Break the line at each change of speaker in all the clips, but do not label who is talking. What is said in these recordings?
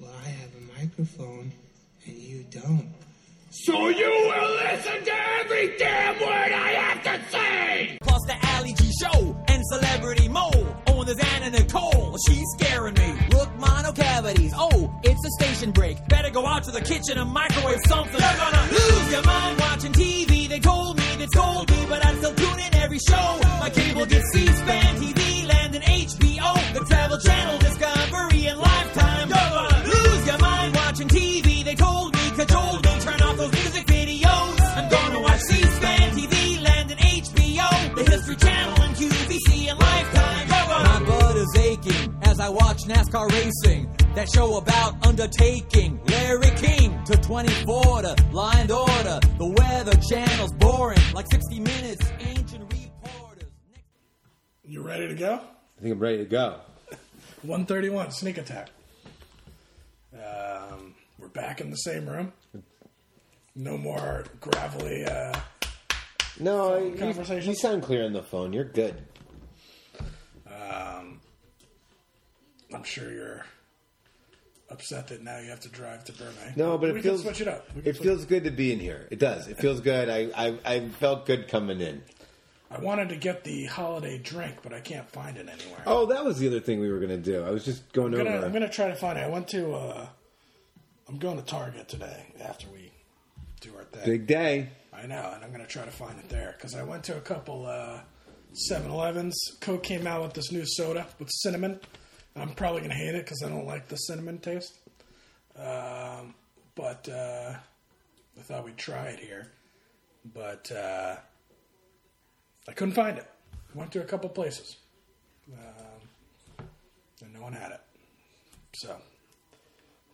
Well, I have a microphone and you don't.
So you will listen to every damn word I have to say!
Plus the Alley G show and celebrity mole. Owners Anna Nicole, she's scaring me. Look, mono cavities. Oh, it's a station break. Better go out to the kitchen and microwave something. You're gonna lose your mind watching TV. They told me they told me, but I still tune in every show. My cable gets C-SPAN, TV Land, and HBO. The Travel Channel, Discovery, and Lifetime. You're gonna lose your mind watching TV. They told me, cajoled me, turn off those music videos. I'm gonna watch C-SPAN, TV Land, and HBO. The History Channel, and QVC, and Lifetime. You're gonna my butt is aching as I watch NASCAR racing. That show about undertaking Larry King to 24 to blind order. The weather channel's boring, like 60 minutes, ancient reporters.
You ready to go?
I think I'm ready to go.
131, sneak attack. Um, we're back in the same room. No more gravelly. Uh,
No, I- you,
Conversation.
you sound clear on the phone. You're good.
I'm sure you're upset that now you have to drive to Burbank.
No, but it
we
feels
can switch it up. We can
It
switch-
feels good to be in here. It does. It feels good. I, I I felt good coming in.
I wanted to get the holiday drink, but I can't find it anywhere.
Oh, that was the other thing we were gonna do. I was just going
I'm gonna,
over.
I'm gonna try to find it. I went to. Uh, I'm going to Target today after we do our thing.
Big day.
I know, and I'm gonna try to find it there because I went to a couple uh, 7-Elevens. Coke came out with this new soda with cinnamon. I'm probably gonna hate it because I don't like the cinnamon taste. Um, but uh, I thought we'd try it here, but uh, I couldn't find it. Went to a couple places, um, and no one had it. So,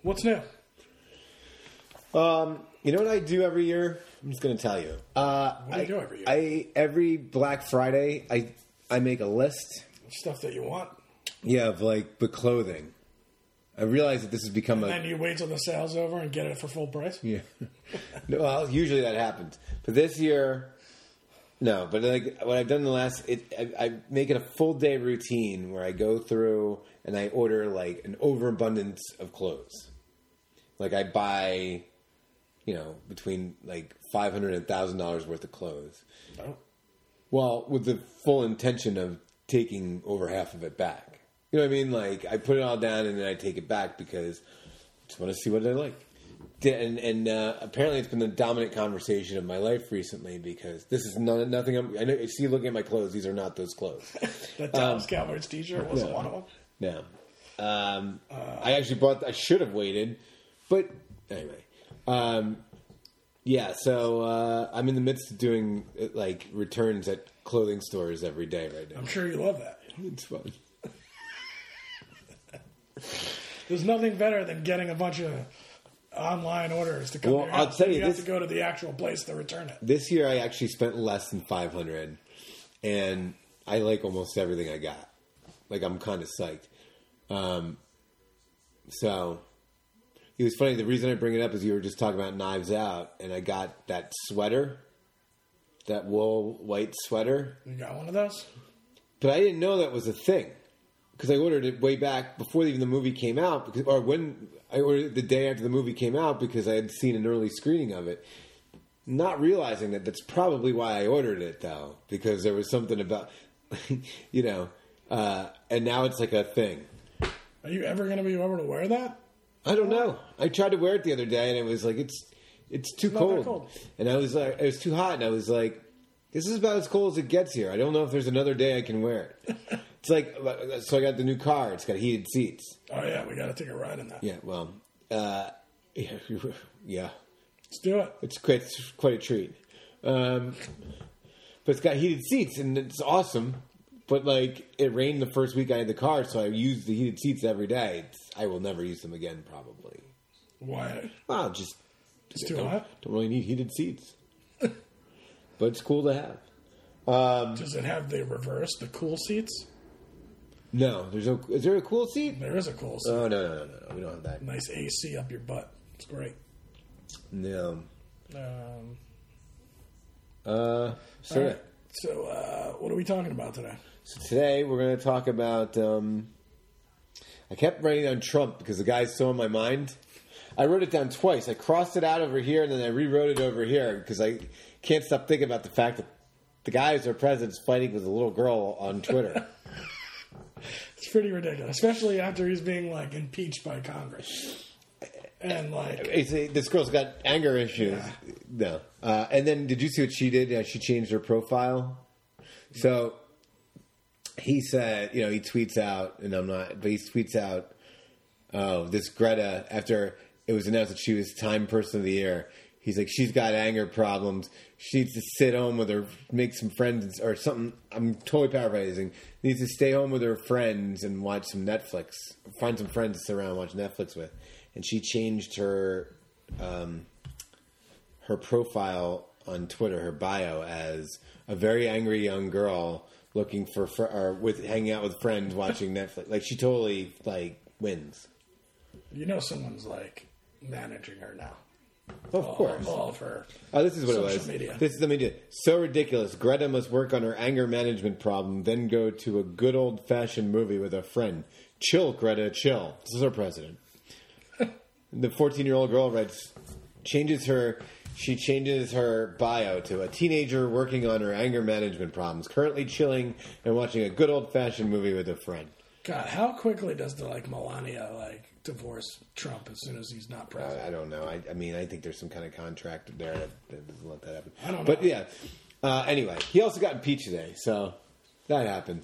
what's new?
You know what I do every year? I'm just gonna tell you. Uh,
What do you do every year?
I every Black Friday, I I make a list.
Stuff that you want,
Yeah, of like the clothing. I realize that this has become a
and you wait till the sale's over and get it for full price.
Yeah. no, well, usually that happens, but this year, no. But like what I've done in the last, it I, I make it a full day routine where I go through and I order like an overabundance of clothes. Like I buy, you know, between like five hundred and thousand dollars worth of clothes.
Oh.
Well, with the full intention of taking over half of it back. You know what I mean? Like I put it all down and then I take it back because I just want to see what I like. Di- And, and uh, apparently, it's been the dominant conversation of my life recently because this is none, nothing. I'm, I know. I see you looking at my clothes. These are not those clothes.
That Dallas
Um,
Cowboys T-shirt wasn't one of them.
No. Um, I actually bought. I should have waited, but anyway. Um, yeah, so uh, I'm in the midst of doing uh, like returns at clothing stores every day right now.
I'm sure you love that.
It's fun.
There's nothing better than getting a bunch of online orders to come.
Well,
to your house.
I'll tell you
you have
this-
to go to the actual place to return it.
This year, I actually spent less than 500, and I like almost everything I got. Like I'm kind of psyched. Um, so it was funny. The reason I bring it up is you were just talking about Knives Out, and I got that sweater, that wool white sweater,
You got one of those?
but I didn't know that was a thing because I ordered it way back before even the movie came out, because, or when I ordered it the day after the movie came out because I had seen an early screening of it. Not realizing that that's probably why I ordered it though, because there was something about, you know, uh, and now it's like a thing.
Are you ever going to be able to wear that?
I don't know. I tried to wear it the other day, and it was like it's it's too
not
cold.
that cold.
and I was like, it was too hot, and I was like, this is about as cold as it gets here. I don't know if there's another day I can wear it. it's like uh, so I got the new car. It's got heated seats.
Oh yeah, we got to take a ride in that.
Yeah, well, uh, yeah, yeah.
Let's do it.
It's quite it's quite a treat. Um, but it's got heated seats, and it's awesome. But like, it rained the first week I had the car, so I used the heated seats every day. It's, I will never use them again, probably.
Why?
Well, just
It's too
don't,
hot.
don't really need heated seats, but it's cool to have.
Does it have the reverse, the cool seats?
No, there's no. Is there a cool seat?
There is a cool seat.
Oh no no no no! no. We don't have that.
nice AC up your butt. It's great.
No.
Um,
Uh, so
all
yeah.
right. So uh, what are we talking about today?
So today we're going to talk about. Um, I I kept writing down Trump because the guy's so in my mind. I wrote it down twice. I crossed it out over here and then I rewrote it over here because I can't stop thinking about the fact that the guy who's our president's fighting with a little girl on Twitter.
It's pretty ridiculous, especially after he's being like impeached by Congress. And like,
It's a- this girl's got anger issues. No. Uh, and then did you see what she did? Uh, she changed her profile. So he said, you know, he tweets out, and I'm not, but he tweets out, oh, this Greta, after it was announced that she was Time Person of the Year, he's like, she's got anger problems. She needs to sit home with her, make some friends, or something. I'm totally paraphrasing. Needs to stay home with her friends and watch some Netflix, find some friends to sit around and watch Netflix with. And she changed her, um, her profile on Twitter, her bio, as a very angry young girl looking for fr- or with hanging out with friends watching Netflix. Like she totally like wins.
you know, someone's like managing her now.
Of course.
All of her.
Oh, this is what it
Social
was.
media.
This is let me do. it. So ridiculous. Greta must work on her anger management problem, then go to a good old fashioned movie with a friend. Chill, Greta, chill. This is our president. the fourteen year old girl writes changes her she changes her bio to a teenager working on her anger management problems, currently chilling and watching a good old fashioned movie with a friend.
God, how quickly does the like Melania like divorce Trump as soon as he's not president?
I, I don't know. I, I mean, I think there's some kind of contract there that, that doesn't let that happen.
I don't know.
But yeah. Uh, anyway, he also got impeached today, so that happened.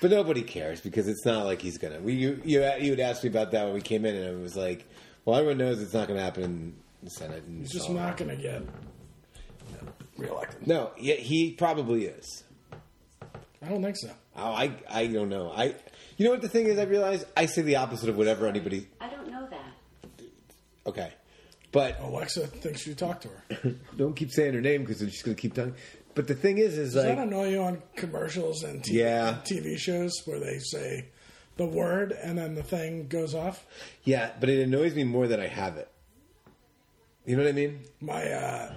but nobody cares because it's not like he's gonna. We you you, you had asked me about that when we came in, and it was like, well, everyone knows it's not gonna happen in the Senate. And
He's just
all.
not going to get reelected.
No, he, he probably is.
I don't think so.
Oh, I I don't know. I you know what the thing is? I realize I say the opposite of whatever anybody.
I don't know that.
Okay, but
Alexa thinks you talked to her. Does
don't keep saying her name because she's gonna keep talking. But the thing is, is like
that annoy you on commercials and TV,
Yeah.
TV shows where they say the word and then the thing goes off?
Yeah, but it annoys me more that I have it. You know what I mean?
my uh,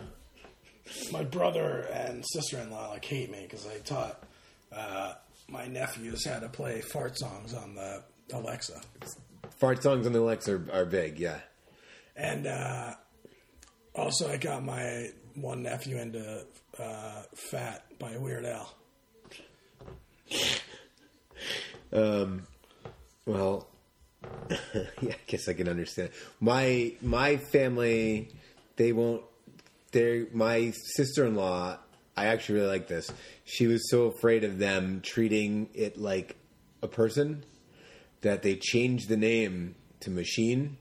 my brother and sister in law like hate me because I taught uh, my nephews how to play fart songs on the Alexa,
Fart songs on the Alexa are, are big, yeah.
and uh, also I got my one nephew into uh, "Fat" by Weird Al.
Well, yeah, I guess I can understand. My my family, they won't. They my sister in law. I actually really like this. She was so afraid of them treating it like a person that they changed the name to machine.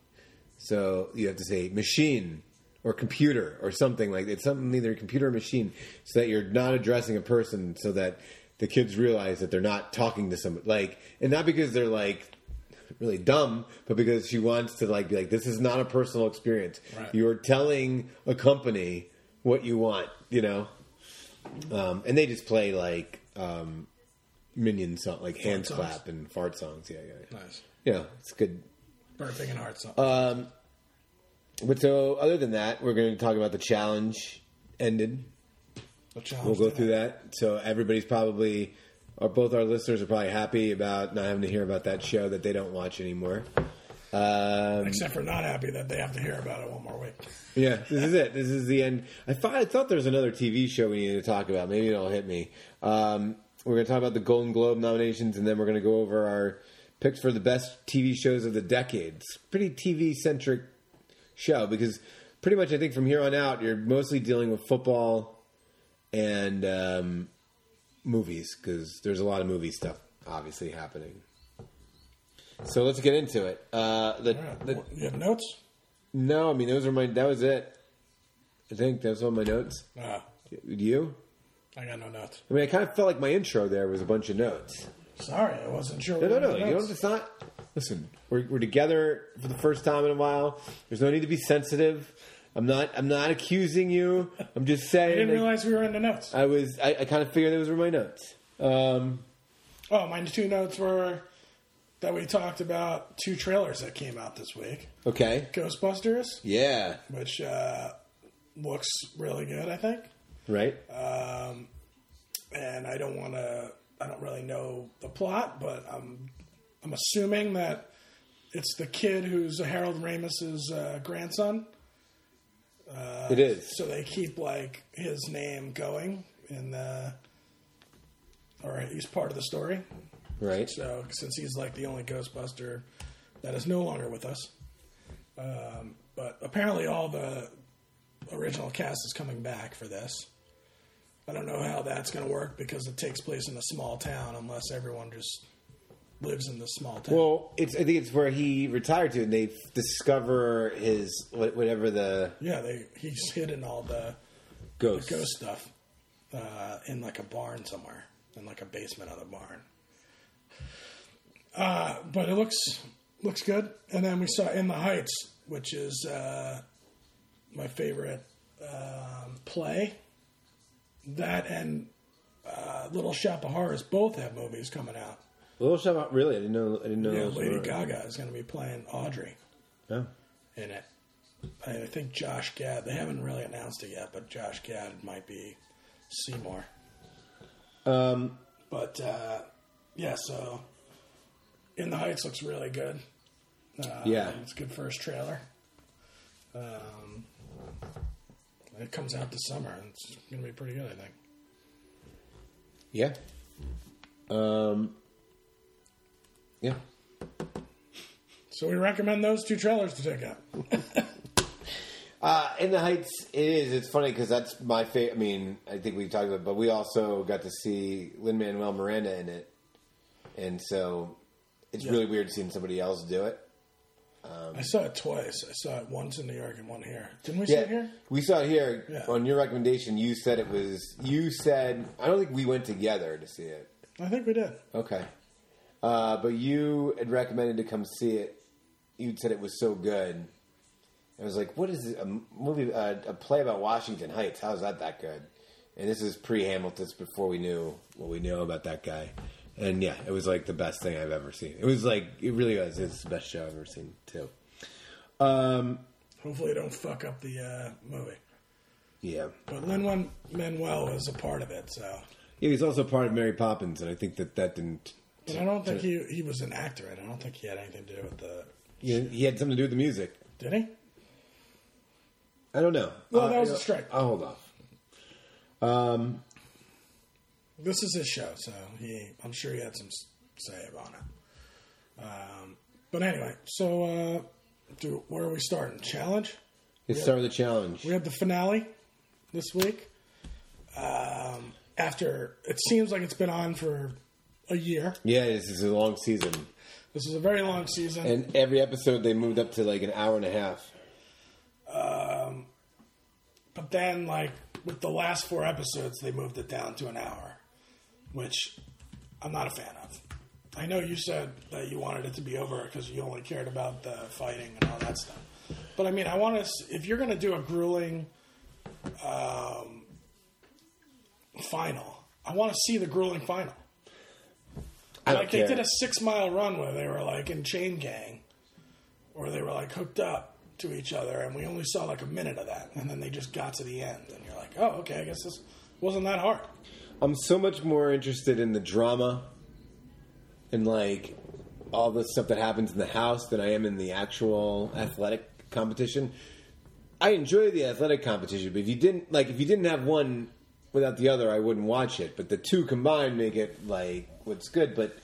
So you have to say machine or computer or something like it's something either computer or machine, so that you're not addressing a person, so that the kids realize that they're not talking to somebody. Like, and not because they're like really dumb, but because she wants to like be like, this is not a personal experience.
Right.
You're telling a company what you want, you know. Um, and they just play like um, minion song, like hands
songs.
clap and fart songs. Yeah, yeah, yeah.
Nice,
Yeah, it's good.
burping and heart song.
Uh, But so, other than that, we're going to talk about the challenge ended.
The challenge
We'll go
tonight.
through that. So everybody's probably, or both our listeners are probably happy about not having to hear about that show that they don't watch anymore. Um,
Except for not happy that they have to hear about it one more week.
yeah, this is it. This is the end. I thought I thought there was another TV show we needed to talk about. Maybe it'll hit me. Um, we're going to talk about the Golden Globe nominations, and then we're going to go over our picks for the best TV shows of the decade. It's pretty TV centric show because pretty much I think from here on out you're mostly dealing with football and um, movies because there's a lot of movie stuff obviously happening. So let's get into it. Uh, the,
All right.
the
you have notes?
no, I mean those are my. That was it. I think that was all my notes.
Uh,
You?
I got no notes.
I mean, I kind of felt like my intro there was a bunch of notes.
Sorry, I wasn't sure.
No,
we
no,
had
no. You
notes.
don't. It's not. Listen, we're we're together for the first time in a while. There's no need to be sensitive. I'm not. I'm not accusing you. I'm just saying.
I didn't
like,
realize we were into notes.
I was. I, I kind of figured those were my notes. Um,
Oh, my two notes were that we talked about two trailers that came out this week
okay.
Ghostbusters,
Yeah.
which uh, looks really good, I think.
Right.
And I don't want to, I don't really know the plot, but I'm, I'm assuming that It's the kid who's Harold Ramis's uh, grandson. Uh,
it is.
So they keep like his name going in the, or he's part of the story.
right.
So uh, since he's like the only Ghostbuster that is no longer with us, um, but apparently all the original cast is coming back for this. I don't know how that's going to work because it takes place in a small town unless everyone just lives in the small town.
Well, it's I think it's where he retired to, and they f- discover his wha- whatever the
yeah, they he's hidden all the
ghost.
ghost stuff uh, in like a barn somewhere, in like a basement of the barn. Uh, but it looks looks good. And then we saw In the Heights, which is uh, my favorite um, play. That and uh, Little Shop of Horrors both have movies coming out.
Little Shop. of- Really, I didn't know. I didn't know.
Yeah,
those
Lady
were-
Gaga is going to be playing Audrey
Oh.
in it. And I think Josh Gad. They haven't really announced it yet, but Josh Gad might be Seymour. Um,
Um,
but uh, yeah, so in the Heights looks really good. Uh,
Yeah.
it's a good first trailer. Um, it comes out this summer. and It's gonna be pretty good, I think.
Yeah. Um. Yeah.
So we recommend those two trailers to check out.
Uh, in the Heights, it is. It's funny because that's my favorite. I mean, I think we talked about, it, but we also got to see Lin Manuel Miranda in it, and so it's really weird seeing somebody else do it.
I saw it twice. I saw it once in New York and one here. Didn't we see it
Yeah,
here?
we saw it here
Yeah.
on your recommendation. You said it was. You said I don't think we went together to see it.
I think we did.
Okay, uh, but you had recommended to come see it. You said it was so good. I was like, "What is it? a m- movie? Uh, a play about Washington Heights? How is that that good?" And this is pre-Hamilton. It's before we knew what we knew about that guy. And yeah, it was like the best thing I've ever seen. It was like it really was. It's the best show I've ever seen too. Um,
Hopefully, don't fuck up the uh, movie.
yeah.
But Lin Manuel was a part of it, so.
Yeah, he's also part of Mary Poppins, and I think that that didn't.
But I don't think he he was an actor. in it. I don't think he had anything to do with the.
He, he had something to do with the music.
Did he?
I don't know.
Well, that was a strike.
I'll hold off.
This is his show, so he. I'm sure he had some s- say about it. Um, but anyway, so uh, do where are we starting? Challenge.
Let's start with the challenge.
We have the finale this week. Um, after it seems like it's been on for a year.
Yeah, this is a long season,
This is a very long season.
and every episode they moved up to like an hour and a half.
But then, like with the last four episodes, they moved it down to an hour, which I'm not a fan of. I know you said that you wanted it to be over because you only cared about the fighting and all that stuff. But I mean, I want to. If you're going to do a grueling um, final, I want to see the grueling final.
I don't
Like
care.
they did a six mile run where they were like in chain gang, or they were like hooked up to each other, and we only saw like a minute of that, and then they just got to the end, and you're like, oh, okay, I guess this wasn't that hard.
I'm so much more interested in the drama and like all the stuff that happens in the house than I am in the actual athletic competition. I enjoy the athletic competition, but if you didn't like if you didn't have one without the other, I wouldn't watch it. But the two combined make it like what's good. But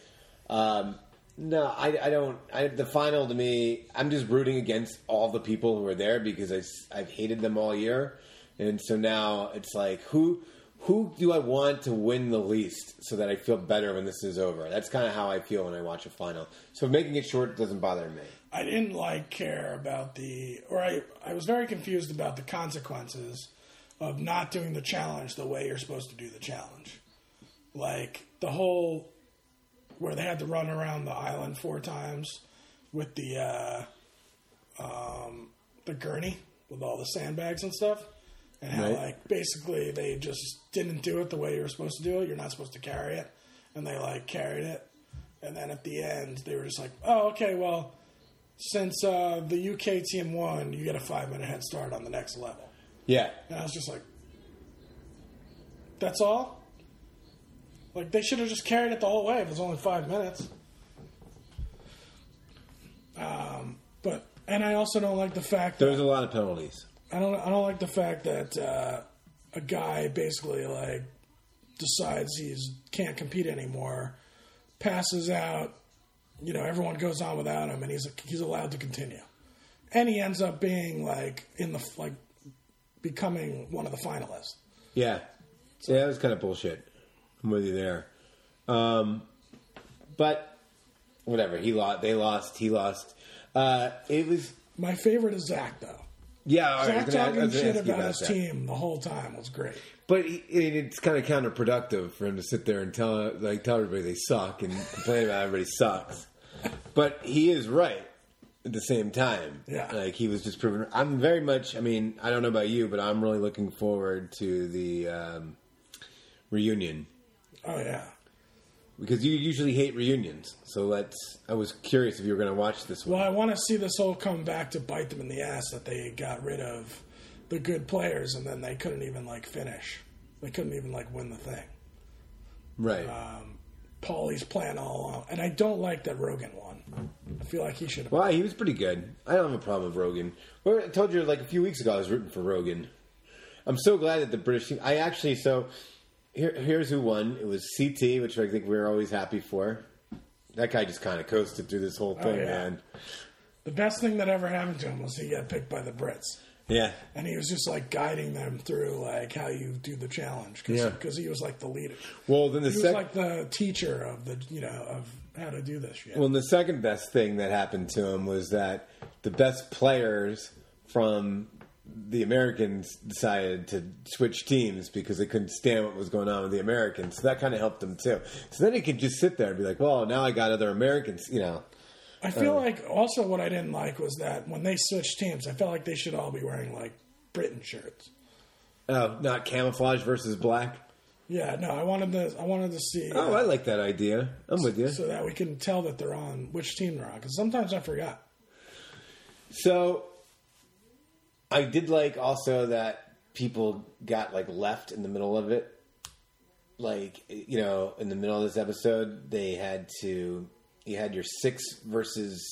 um, no, I, I don't. I, the final to me, I'm just rooting against all the people who are there because I, have hated them all year, and so now it's like who who do I want to win the least so that I feel better when this is over? That's kind of how I feel when I watch a final. So making it short doesn't bother me.
I didn't like care about the, or I, I was very confused about the consequences of not doing the challenge the way you're supposed to do the challenge. Like the whole, where they had to run around the island four times with the, uh, um, the gurney with all the sandbags and stuff. And how,
Right.
like, basically they just didn't do it the way you were supposed to do it. You're not supposed to carry it. And they, like, carried it. And then at the end, they were just like, oh, okay, well, since uh, the UK team won, you get a five minute head start on the next level.
Yeah,
And I was just like, that's all? Like, they should have just carried it the whole way if it was only five minutes. Um, But and I also don't like the fact that
There's a lot of penalties.
I don't I don't like the fact that uh, a guy basically like decides he's can't compete anymore, passes out. You know, everyone goes on without him, and he's he's allowed to continue, and he ends up being like in the like becoming one of the finalists.
Yeah. yeah, that was kind of bullshit. I'm with you there. Um, but whatever. He lost. They lost. He lost. Uh, it was
My favorite is Zach though.
yeah. all right,
Zach
I was gonna- I
talking
was gonna
shit
ask you
about, his
that.
team the whole time was great.
But he, it- it's kind of counterproductive for him to sit there and tell like tell everybody they suck and complain about everybody sucks. But he is right at the same time.
Yeah.
like he was just proven. I'm very much. I mean, I don't know about you, but I'm really looking forward to the um, reunion
Oh yeah,
because you usually hate reunions. So let's. I was curious if you were going to watch this one.
Well, I want to see this all come back to bite them in the ass that they got rid of the good players and then they couldn't even like finish. They couldn't even like win the thing.
Right.
Uh, Paulie's plan all along, and I don't like that Rogan won. I feel like he should have.
Well, he was pretty good. I don't have a problem with Rogan. Well, I told you like a few weeks ago I was rooting for Rogan. I'm so glad that the British team. I actually so here, here's who won. It was CT, which I think we were always happy for. That guy just kind of coasted through this whole thing,
Oh, yeah.
man.
The best thing that ever happened to him was he got picked by the Brits,
Yeah,
and he was just like guiding them through like how you do the challenge because
Yeah.
he was like the leader.
Well, then the
he was
sec-
like the teacher of the you know of how to do this shit.
Well, and the second best thing that happened to him was that the best players from the Americans decided to switch teams because they couldn't stand what was going on with the Americans. So that kind of helped them too. So then he could just sit there and be like, "Well, now I got other Americans," you know.
I feel
Uh.
like also what I didn't like was that when they switched teams, I felt like they should all be wearing like Britain shirts.
Oh, not camouflage versus black.
Yeah, no, I wanted to. I wanted to see
Oh, I like that idea. I'm with you.
so that we can tell that they're on which team they're on. Because sometimes I forgot.
So I did like also that people got like left in the middle of it. Like you know, in the middle of this episode, they had to you had your six versus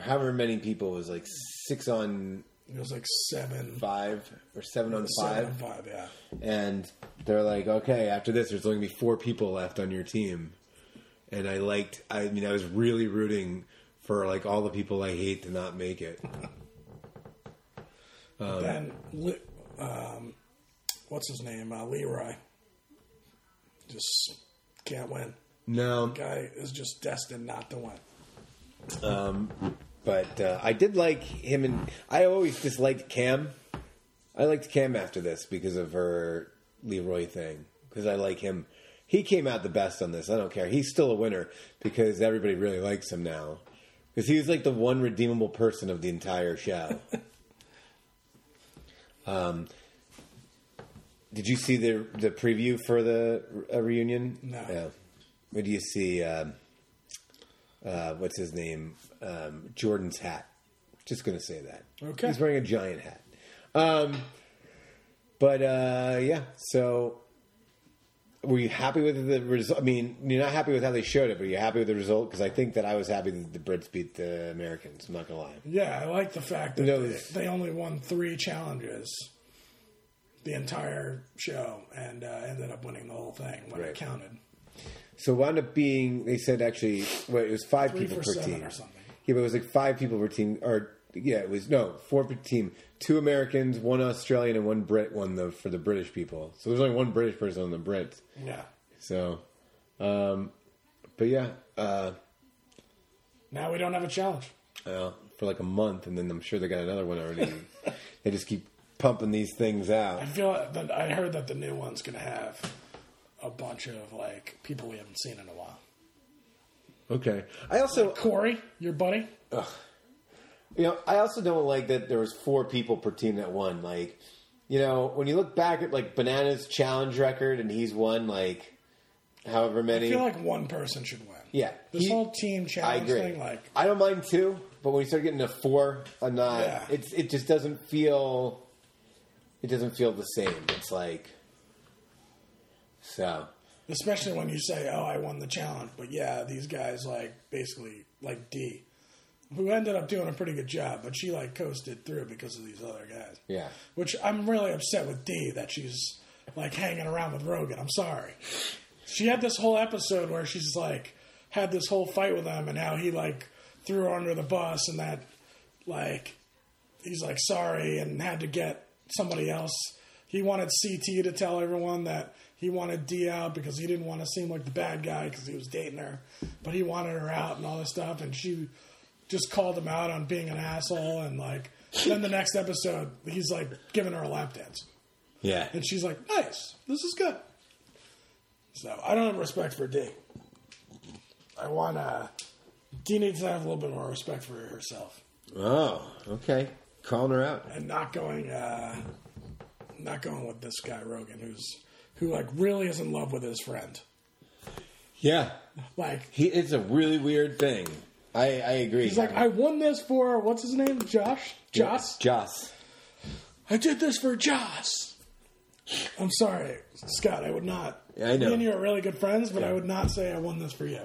however many people it was like six on
It was like seven,
five or seven on
seven,
five,
five. Yeah,
and they're like, okay, after this, there's only gonna be four people left on your team. And I liked. I mean, I was really rooting for like all the people I hate to not make it.
then li- um, what's his name? Uh, Leroy. Just can't win.
No,
Guy is just destined not to win.
But uh, I did like him, and I always disliked Cam. I liked Cam after this because of her Leroy thing. Because I like him. He came out the best on this. I don't care. He's still a winner because everybody really likes him now. Because he was like the one redeemable person of the entire show. um, did you see the the preview for the uh, reunion?
No.
What do you see? Um, uh, what's his name? Um, Jordan's hat. Just going to say that.
Okay.
He's wearing a giant hat. Um, but uh, yeah, so were you happy with the result? I mean, you're not happy with how they showed it, but you're happy with the result because I think that I was happy that the Brits beat the Americans. I'm not going to lie.
Yeah, I like the fact that
No,
they,
it's-
they only won three challenges the entire show and uh, ended up winning the whole thing when
Right.
it counted.
So it wound up being they said actually well, it was five
Three
people
for
per
seven
team
or something.
Yeah, but it was like five people per team, or yeah, it was no four per team. Two Americans, one Australian, and one Brit won the for the British people. So there's only one British person on the Brits.
Yeah.
So, um, but yeah, uh,
Now we don't have a challenge.
well, for like a month, and then I'm sure they got another one already. they just keep pumping these things out.
I feel that I heard that the new one's gonna have a bunch of like people we haven't seen in a while.
Okay. I also
Corey, your buddy.
You know, I also don't like that there was four people per team that won. Like, you know, when you look back at like Banana's challenge record, and he's won like however
I
many.
feel like one person should win.
yeah,
This
he-
whole team
I
challenge
agree.
thing, like
I don't mind two, but when you start getting to four, I'm not.
Yeah.
It's it just doesn't feel. It doesn't feel the same. It's like. So
especially when you say, "Oh, I won the challenge," but yeah, these guys like basically like D who ended up doing a pretty good job, but she like coasted through because of these other guys.
Yeah.
Which I'm really upset with Dee that she's like hanging around with Rogan. I'm sorry. She had this whole episode where she's like had this whole fight with him and how he like threw her under the bus and that like he's like sorry and had to get somebody else. He wanted CT to tell everyone that he wanted D out because he didn't want to seem like the bad guy because he was dating her, but he wanted her out and all this stuff. And she just called him out on being an asshole. And like, then the next episode, he's like giving her a lap dance,
Yeah.
and she's like, "Nice, this is good." So I don't have respect for D. I want to. D needs to have a little bit more respect for herself
Oh, okay. Calling her out.
and not going uh not going with this guy Rogan who's who like really is in love with his friend.
Yeah.
Like
He, it's a really weird thing. I, I agree.
he's like, I won this for what's his name? Josh? Joss?
Joss.
I did this for Joss. I'm sorry, Scott, I would not
Yeah, I know.
Me and you are really good friends, but I would not say I won this for you.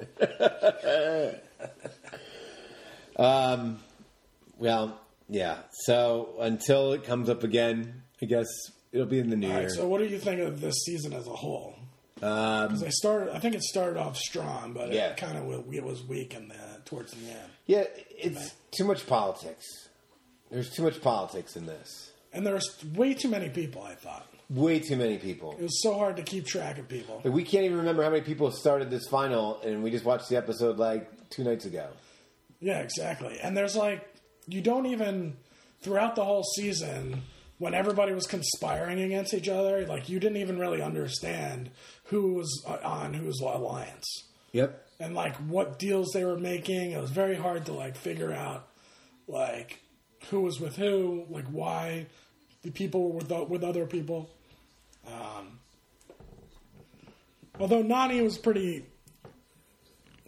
Well, yeah. So until it comes up again, I guess it'll be in the new year.
Alright, so what do you think of this season as a whole? Because I started, I think it started off strong, but
Um, Yeah.
it kind of it was weak in the towards the end.
yeah, it's too much politics. There's too much politics in this.
And there was way too many people. I thought
Way too many people.
it was so hard to keep track of people.
Like, we can't even remember how many people started this final, and we just watched the episode like two nights ago.
Yeah, exactly. And there's like you don't even throughout the whole season when everybody was conspiring against each other, like you didn't even really understand who was uh, on whose alliance
Yep.
and like what deals they were making. It was very hard to like figure out like who was with who, like why the people were with, with other people. Um, although Nani was pretty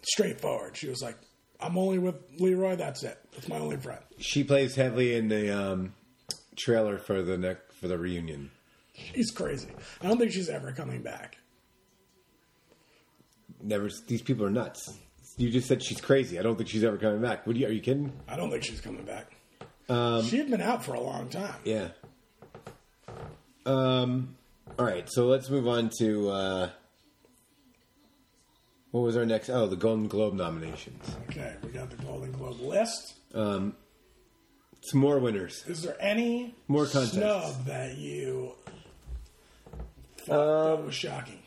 straightforward, she was like, "I'm only with Leroy. That's it. That's my only friend."
She plays heavily in the um, trailer for the neck for the reunion.
She's crazy. I don't think she's ever coming back.
Never. These people are nuts. You just said she's crazy. I don't think she's ever coming back. What are you, are you kidding?
I don't think she's coming back. she had been out for a long time.
Yeah. Um. All right. So let's move on to uh, what was our next? Oh, the Golden Globe nominations.
Okay, we got the Golden Globe list.
Some more winners.
Is there any
More contests.
snub that you thought
Um,
that was shocking?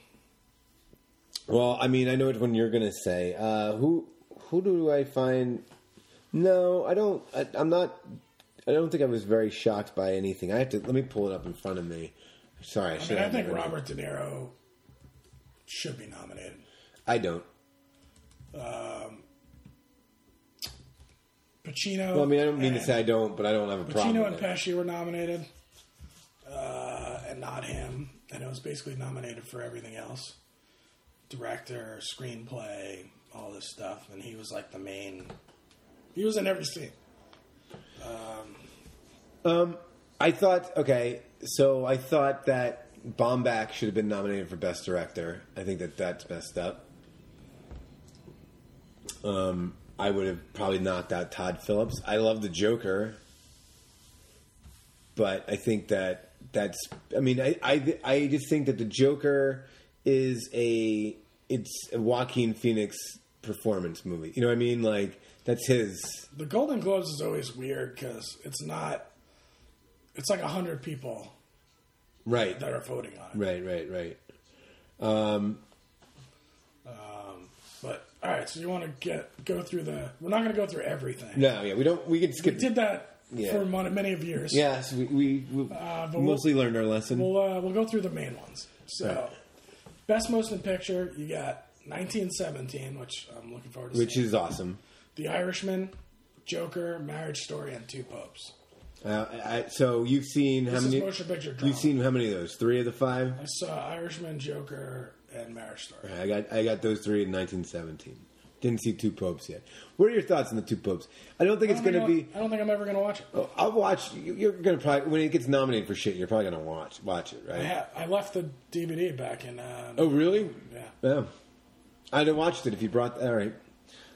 Well, I mean, I know which one you're gonna say. Uh, who who do I find? No, I don't. I, I'm not. I don't think I was very shocked by anything. I have to let me pull it up in front of me. Sorry,
I
should
mean, I
have
think
never-
Robert De Niro should be nominated.
I don't.
Pacino.
Well, I mean, I don't mean
and
to say I don't, but I don't have a problem.
Pacino
with
and
it.
Pesci were nominated, uh, and not him. And it was basically nominated for everything else: director, screenplay, all this stuff. And he was like the main. He was in every scene.
Um, I thought, okay, so I thought that Bomback should have been nominated for Best Director. I think that that's messed up. Um, I would have probably knocked out Todd Phillips. I love the Joker, but I think that that's. I mean, I I, I just think that the Joker is a it's a Joaquin Phoenix performance movie. You know what I mean? Like that's his.
The Golden Globes is always weird because it's not. It's like hundred people
Right.
that are voting on it.
Right. Right. Right.
But all right, so you want to get go through the? We're not going to go through everything.
No. Yeah. We don't. We can skip.
We did that
Yeah.
for mon- many of years.
Yes, we, we, we
Uh, but
mostly learned our lesson.
We'll uh, we'll go through the main ones. So,
Right.
best motion picture, you got 1917, which I'm looking forward to.
which
seeing.
is awesome.
The Irishman, Joker, Marriage Story, and Two Popes.
Uh, I, so you've seen how
This is
many?
motion picture drama.
You've seen how many of those? Three of the five.
I saw Irishman, Joker, and Marriage Story.
I got I got those three in 1917. Didn't see two popes yet. What are your thoughts on the two popes? I don't think
I
it's
don't
going to
think
be.
I'll- I don't think I'm ever going to watch it.
oh, I'll watch. you- You're going to probably when it gets nominated for shit. You're probably going to watch watch it,
I,
right?
ha- I left the DVD back in. Uh,
Oh really?
Yeah.
Yeah. I'd have watched it if you brought. All right.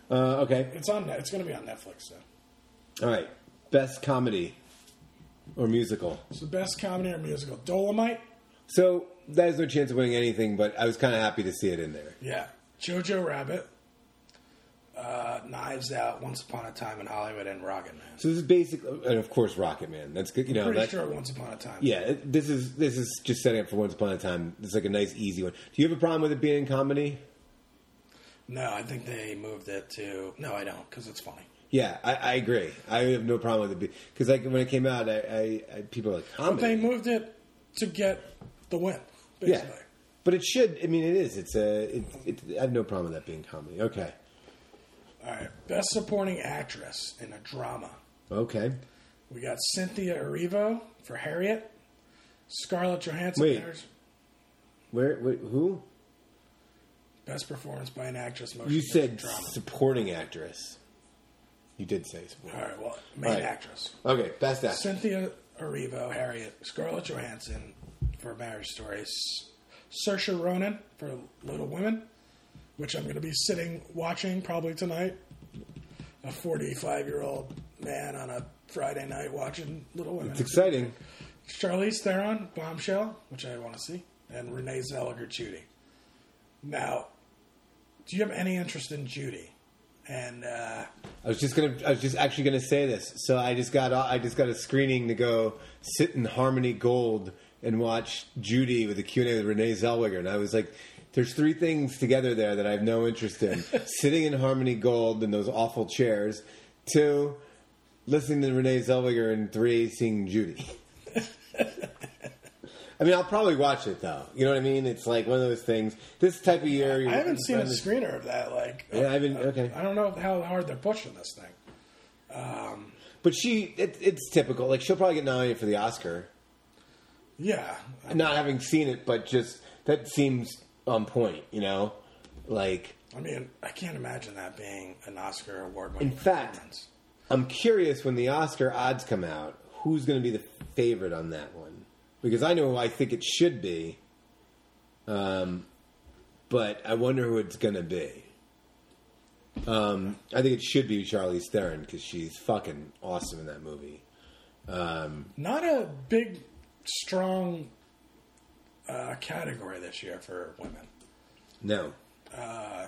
Uh, okay.
It's on. Net- It's going to be on Netflix. So.
All right, best comedy or musical.
So best comedy or musical? Dolomite.
So that is no chance of winning anything, but I was kind of happy to see it in there.
Yeah. Jojo Rabbit. Uh, Knives Out. Once Upon a Time in Hollywood and Rocket Man.
So this is basic, and of course, Rocket Man. That's good. You know,
Pretty
that,
sure Once Upon a Time.
yeah. it- This is this is just setting up for Once Upon a Time. It's like a nice, easy one. Do you have a problem with it being in comedy?
No, I think they moved it to. No, I don't because it's funny.
Yeah, I, I agree. I have no problem with it because, like, when it came out, I, I, I people were like comedy.
They moved it to get the win.
yeah,
Basically.
but it should. I mean, it is. It's a. It, it, I have no problem with that being comedy. Okay,
All right. Best supporting actress in a drama.
okay.
We got Cynthia Erivo for Harriet. Scarlett Johansson.
Wait.
there's
Where? Wait, who?
Best performance by an actress. Motion
You
picture
said
drama.
supporting actress. You did say supporting.
All right. Well, main
All right.
actress.
Okay, best actress.
Cynthia Erivo, Harriet, Scarlett Johansson for Marriage Stories, Saoirse Ronan for Little Women, which I'm going to be sitting watching probably tonight. A 45 year old man on a Friday night watching Little Women.
It's exciting.
Charlize Theron, Bombshell, which I want to see, and Renee Zellweger, Judy. Now, do you have any interest in Judy? And uh,
I was just gonna. I was just actually gonna say this. So I just got. I just got a screening to go sit in Harmony Gold and watch Judy with the Q and A with Renee Zellweger, and I was like, "There's three things together there that I have no interest in: sitting in Harmony Gold in those awful chairs, two, listening to Renee Zellweger, and three, seeing Judy." I mean, I'll probably watch it though. You know what I mean? It's like one of those things. This type of year,
I haven't seen a screener of that. Like, uh,
Yeah, I haven't. Okay,
I don't know how hard they're pushing this thing.
But she, it, it's typical. Like she'll probably get nominated for the Oscar,
Yeah,
not having seen it, but just that seems on point. You know, like
I mean, I can't imagine that being an Oscar award
in
winning.
fact, I'm curious when the Oscar odds come out, who's going to be the favorite on that one? Because I know who I think it should be, um, but I wonder who it's going to be. Um, I think it should be Charlize Theron because she's fucking awesome in that movie.
not a big, strong uh, category this year for women.
No,
I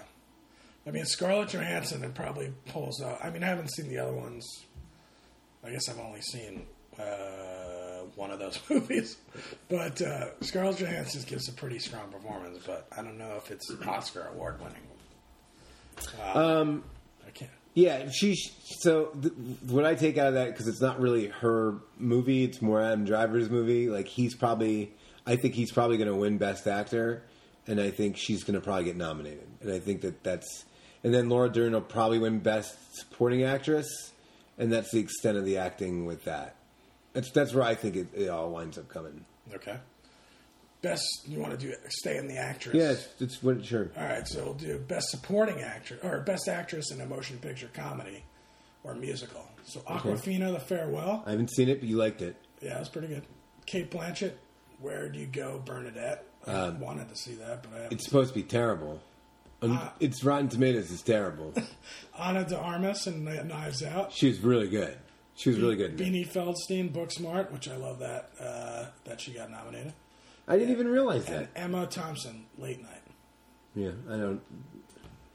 mean, Scarlett Johansson it probably pulls off. I mean, I haven't seen the other ones. I guess I've only seen uh, one of those movies, but uh, Scarlett Johansson gives a pretty strong performance. But I don't know if it's Oscar award winning. um, I can't.
Yeah, she. So th- what I take out of that because it's not really her movie; it's more Adam Driver's movie. Like he's probably, I think he's probably going to win Best Actor, and I think she's going to probably get nominated. And I think that that's, and then Laura Dern will probably win Best Supporting Actress, and that's the extent of the acting with that. That's that's where I think it, it all winds up coming.
Okay. Best you want to do stay in the actress.
Yeah, it's, it's what sure.
All right, so we'll do best supporting actor or best actress in a motion picture comedy or musical. So Aquafina, The Farewell.
I haven't seen it, but you liked it.
Yeah, that's pretty good. Kate Blanchett, Where Do You Go, Bernadette. I wanted to see that, but I haven't.
Um, It's supposed to be terrible. Um, it's Rotten Tomatoes is terrible.
Anna de Armas and Knives Out.
She was really good. She was really good.
Beanie Feldstein, Booksmart, which I love that uh, that she got nominated.
I didn't even realize that.
Emma Thompson, Late Night,
Yeah, I don't.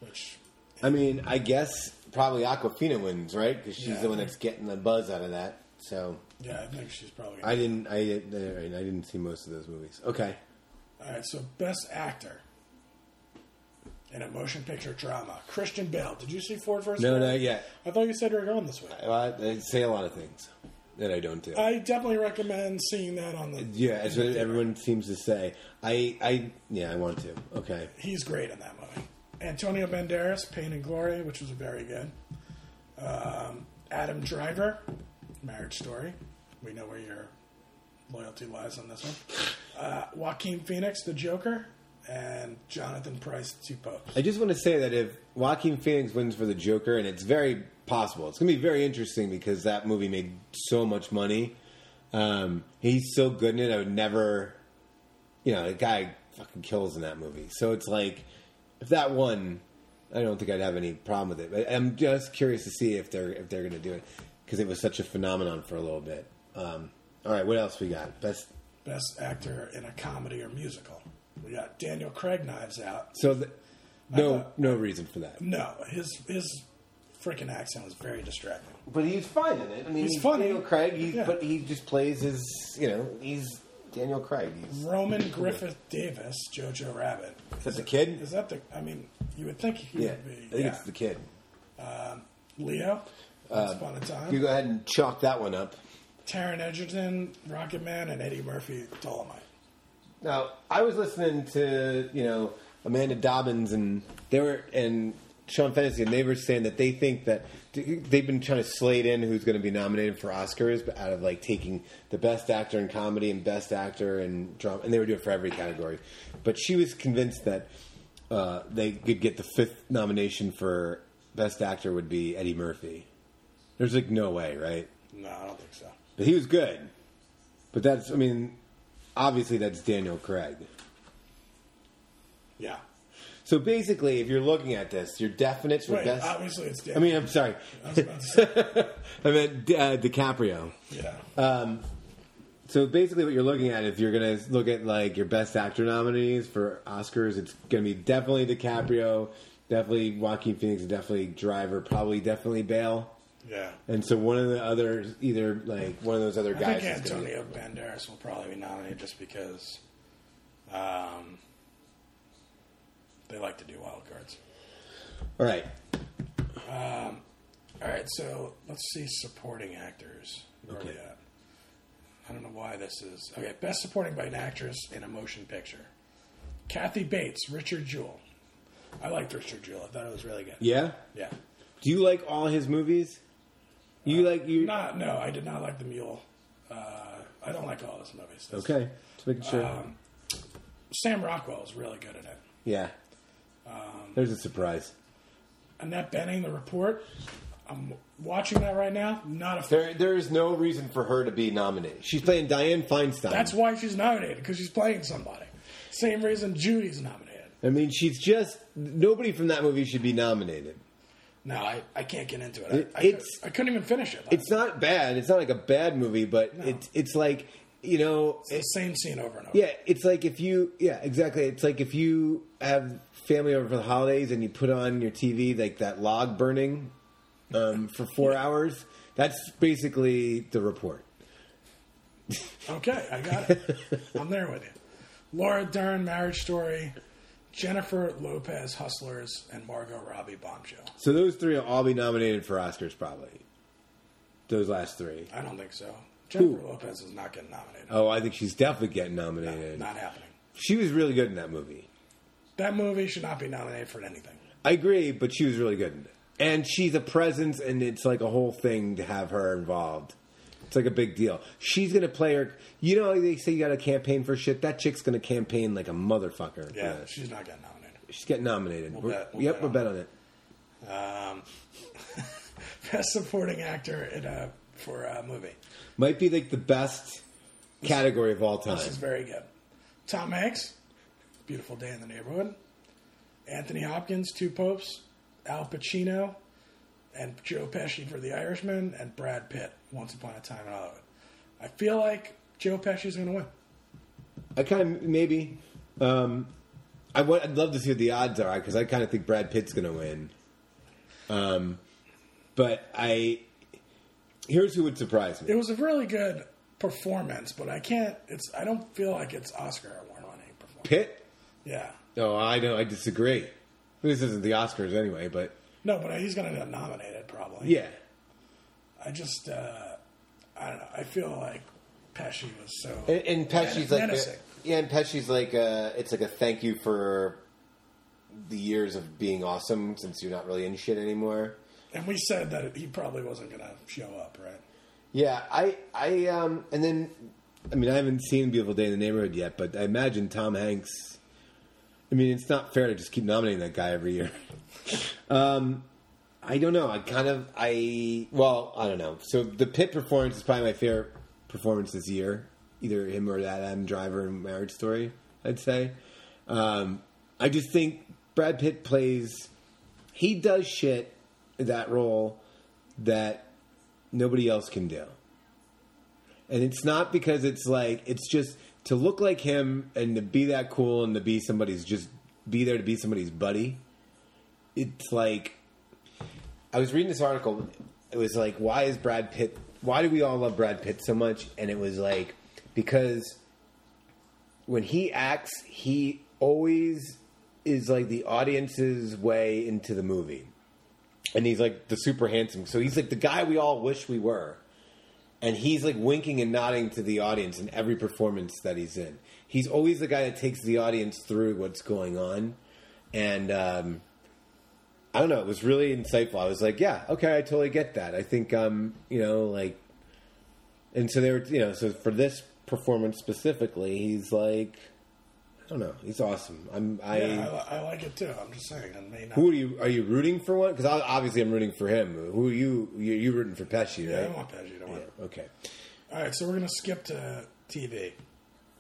which
I mean, I guess probably Aquafina wins, right? Because she's
Yeah.
the one that's getting the buzz out of that. So
yeah, I think she's probably.
I didn't. I didn't. I didn't see most of those movies. Okay.
All right, so best actor in a motion picture drama. Christian Bale. Did you see Ford versus?
No,
Ferrari?
not yet.
I thought you said you were going this way.
Well, I, I say a lot of things that I don't do.
I definitely recommend seeing that on the.
yeah, that's what everyone seems to say. I. I. Yeah, I want to. Okay.
He's great in that movie. Antonio Banderas, Pain and Glory, which was very good. Um, Adam Driver, Marriage Story. We know where your loyalty lies on this one. Uh, Joaquin Phoenix, The Joker, and Jonathan Price, Two Popes.
I just want to say that if Joaquin Phoenix wins for the Joker, and it's very possible, it's going to be very interesting because that movie made so much money. Um, he's so good in it. I would never, you know, the guy fucking kills in that movie. So it's like, if that won, I don't think I'd have any problem with it. But I'm just curious to see if they're if they're going to do it. because it was such a phenomenon for a little bit. Um, all right, what else we got? Best.
Best actor in a comedy or musical. We got Daniel Craig Knives Out.
So, th- no, no reason for that.
No, his his freaking accent was very distracting.
But he's fine in it. I mean,
He's funny.
Daniel Craig. He,
Yeah.
But he just plays his. You know, he's Daniel Craig. He's
Roman Griffith Davis, Jojo Rabbit.
is that the kid?
Is that the? I mean, you would think he
yeah,
would
I
be.
think
yeah.
it's the kid. Um,
Leo. Once upon a time.
You go ahead and chalk that one up.
Taron Egerton, Rocket Man, and Eddie Murphy, Dolomite.
Now, I was listening to you know Amanda Dobbins and they were and Sean Fantasy, and they were saying that they think that they've been trying to slate in who's going to be nominated for Oscars, but out of like taking the best actor in comedy and best actor in drama, and they were doing it for every category. But she was convinced that uh, they could get the fifth nomination for best actor would be Eddie Murphy. There's like no way, right?
No, I don't think so.
But he was good. But that's, I mean, obviously that's Daniel Craig.
Yeah.
So basically, if you're looking at this, your definites for
Wait,
best.
obviously it's Dan.
I mean, I'm sorry.
I was about to say,
I meant uh, DiCaprio.
yeah.
Uh, So basically, what you're looking at, if you're gonna look at like your best actor nominees for Oscars, it's gonna be definitely DiCaprio, definitely Joaquin Phoenix, definitely Driver, probably definitely Bale.
yeah.
And so one of the others, either like one of those other
I
guys.
think
is gonna be-
Antonio Banderas will probably be nominated just because um, they like to do wild cards.
All right,
All right, so let's see supporting actors. Where
Okay.
we at? I don't know why this is. Okay, best supporting by an actress in a motion picture. Kathy Bates, Richard Jewell. I liked Richard Jewell. I thought it was really good.
yeah.
Yeah.
Do you like all his movies? You like you?
Uh, Not, no, I did not like The Mule. Uh, I don't like all his movies. This-
Okay, just making sure.
Um, Sam Rockwell is really good at it.
yeah.
um,
There's a surprise.
Annette Benning, The Report. I'm watching that right now. Not a fan.
There, there is no reason for her to be nominated. She's playing Diane Feinstein.
That's why she's nominated, because she's playing somebody. Same reason Judy's nominated.
I mean, she's just nobody from that movie should be nominated.
No, I, I can't get into it.
It-
I, I,
it's-
cou- I couldn't even finish it.
It's not bad. It's not like a bad movie, but it's it's like you know,
It's the same scene over and over.
yeah, it's like if you yeah exactly. It's like if you have family over for the holidays and you put on your TV like that log burning um, for four hours. That's basically the report.
Okay, I got it. I'm there with you. Laura Dern, Marriage Story, Jennifer Lopez, Hustlers, and Margot Robbie, Bombshell.
So those three will all be nominated for Oscars, probably. Those last three.
I don't think so. Jennifer
Who?
Lopez is not getting nominated.
Oh, I think she's definitely getting nominated.
Not happening.
She was really good in that movie.
That movie should not be nominated for anything.
I agree, but she was really good in it. And she's a presence, and it's like a whole thing to have her involved. It's like a big deal. She's going to play her. You know, they say you got to campaign for shit. That chick's going to campaign like a motherfucker. for
Yeah,
this.
she's not getting nominated.
She's getting nominated.
We'll
We're-
bet- we'll
yep,
bet
we'll
on
bet on it.
Um, best supporting actor in a, for a movie.
Might be like the best category of all time.
This is very good. Tom Hanks, Beautiful Day in the Neighborhood. Anthony Hopkins, Two Popes. Al Pacino and Joe Pesci for The Irishman. And Brad Pitt, Once Upon a Time in Hollywood. I feel like Joe Pesci's going to win.
I kind of maybe. Um, I would, I'd love to see what the odds are because I kind of think Brad Pitt's going to win. Um, but I here's who would surprise
It
me.
was a really good performance, but I can't. It's I don't feel like it's Oscar award winning performance.
Pitt?
Yeah,
No, I know. I disagree. This isn't the Oscars anyway, but
no, but he's going to get nominated probably.
yeah,
I just uh, I don't know. I feel like Pesci was so
and, and Pesci's like,
menacing.
yeah, and Pesci's like, uh, it's like a thank you for the years of being awesome since you're not really in shit anymore.
And we said that he probably wasn't going to show up, right?
Yeah, I, I, um, and then, I mean, I haven't seen Beautiful Day in the Neighborhood yet, but I imagine Tom Hanks. I mean, it's not fair to just keep nominating that guy every year. um, I don't know. I kind of, I, well, I don't know. So the Pitt performance is probably my favorite performance this year, either him or that Adam Driver in Marriage Story. I'd say. Um, I just think Brad Pitt plays. He does shit in that role that nobody else can do. And it's not because it's like it's just to look like him and to be that cool and to be somebody's just be there to be somebody's buddy. It's like I was reading this article. It was like, why is Brad Pitt? Why do we all love Brad Pitt so much? And it was like because when he acts, he always is like the audience's way into the movie. And he's like the super handsome. So he's like the guy we all wish we were. And he's like winking and nodding to the audience in every performance that he's in. He's always the guy that takes the audience through what's going on. And um, I don't know. It was really insightful. I was like, yeah, okay, I totally get that. I think, um, you know, like and so they were, you know, so for this performance specifically, he's like, I don't know, he's awesome. I'm, I,
Yeah, I, li- I like it too. I'm just saying, it may not.
who are you? Are you rooting for one? Because obviously, I'm rooting for him. Who are you? You you rooting for Pesci,
I
right?
don't want that. You don't want it.
Okay.
All right, so we're gonna skip to TV.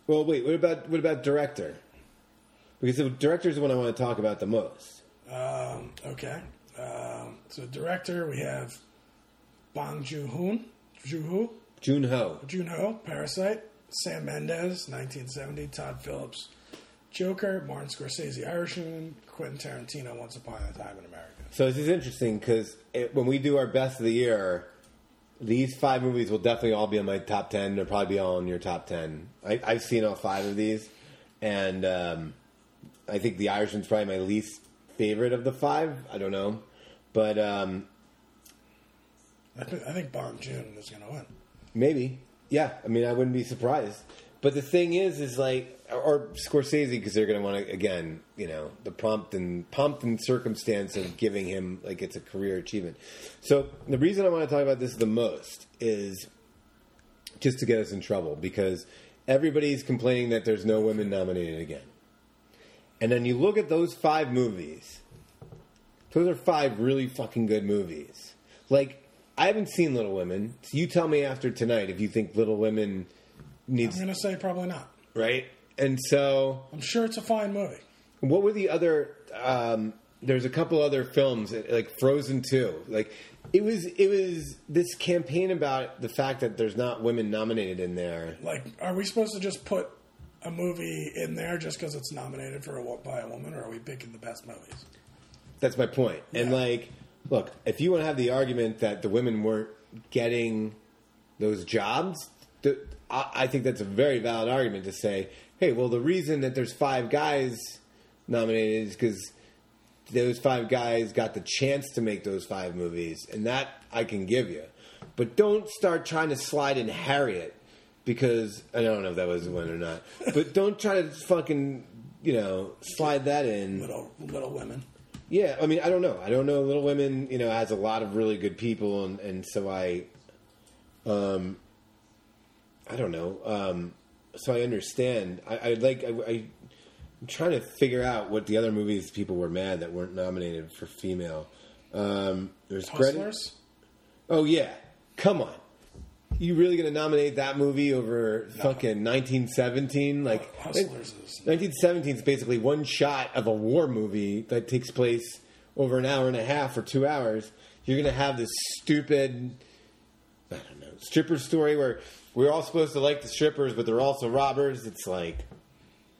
Well, wait. What about what about director? Because the director is the one I want to talk about the most.
Um, okay. Um, so director, we have Bong Joon-hoon, Joo-ho,
Jun Ho.
Joon-ho, Parasite, Sam Mendes, 1970, Todd Phillips, Joker, Martin Scorsese, Irishman, Quentin Tarantino, Once Upon a Time in America.
So this is interesting because when we do our best of the year, these five movies will definitely all be on my top ten. They'll probably be all in your top ten. I, I've seen all five of these, and um, I think The Irishman's probably my least favorite of the five. I don't know, but um,
I, thi- I think Bong Joon is gonna win.
Maybe. Yeah. I mean, I wouldn't be surprised. But the thing is, is like, or Scorsese, because they're going to want to, again, you know, the prompt and prompt and circumstance of giving him, like, it's a career achievement. So the reason I want to talk about this the most is just to get us in trouble because everybody's complaining that there's no women nominated again. And then you look at those five movies. Those are five really fucking good movies. Like, I haven't seen Little Women. So you tell me after tonight if you think Little Women
I'm
needs
gonna say probably not.
right. And so,
I'm sure it's a fine movie.
what were the other? Um, there's a couple other films like Frozen Two. Like it was, it was this campaign about the fact that there's not women nominated in there.
Like, are we supposed to just put a movie in there just because it's nominated for a, wo- by a woman, or are we picking the best movies?
That's my point. And
Yeah.
like, look, if you want to have the argument that the women weren't getting those jobs, th- I, I think that's a very valid argument to say, hey, well, the reason that there's five guys nominated is because those five guys got the chance to make those five movies, and that I can give you. But don't start trying to slide in Harriet because I don't know if that was the one or not. But don't try to fucking you know slide that in.
Little Little Women.
Yeah, I mean, I don't know. I don't know. Little Women, you know, has a lot of really good people, and, and so I, um, I don't know. Um, so I understand. I, I like. I, I, I'm trying to figure out what the other movies people were mad that weren't nominated for female. Um, there's Greta-
Hustlers.
Oh yeah, come on. You really gonna nominate that movie over fucking 1917? Like
Hustlers is-
1917 is basically one shot of a war movie that takes place over an hour and a half or two hours. You're gonna have this stupid, I don't know, stripper story where we're all supposed to like the strippers, but they're also robbers. It's like,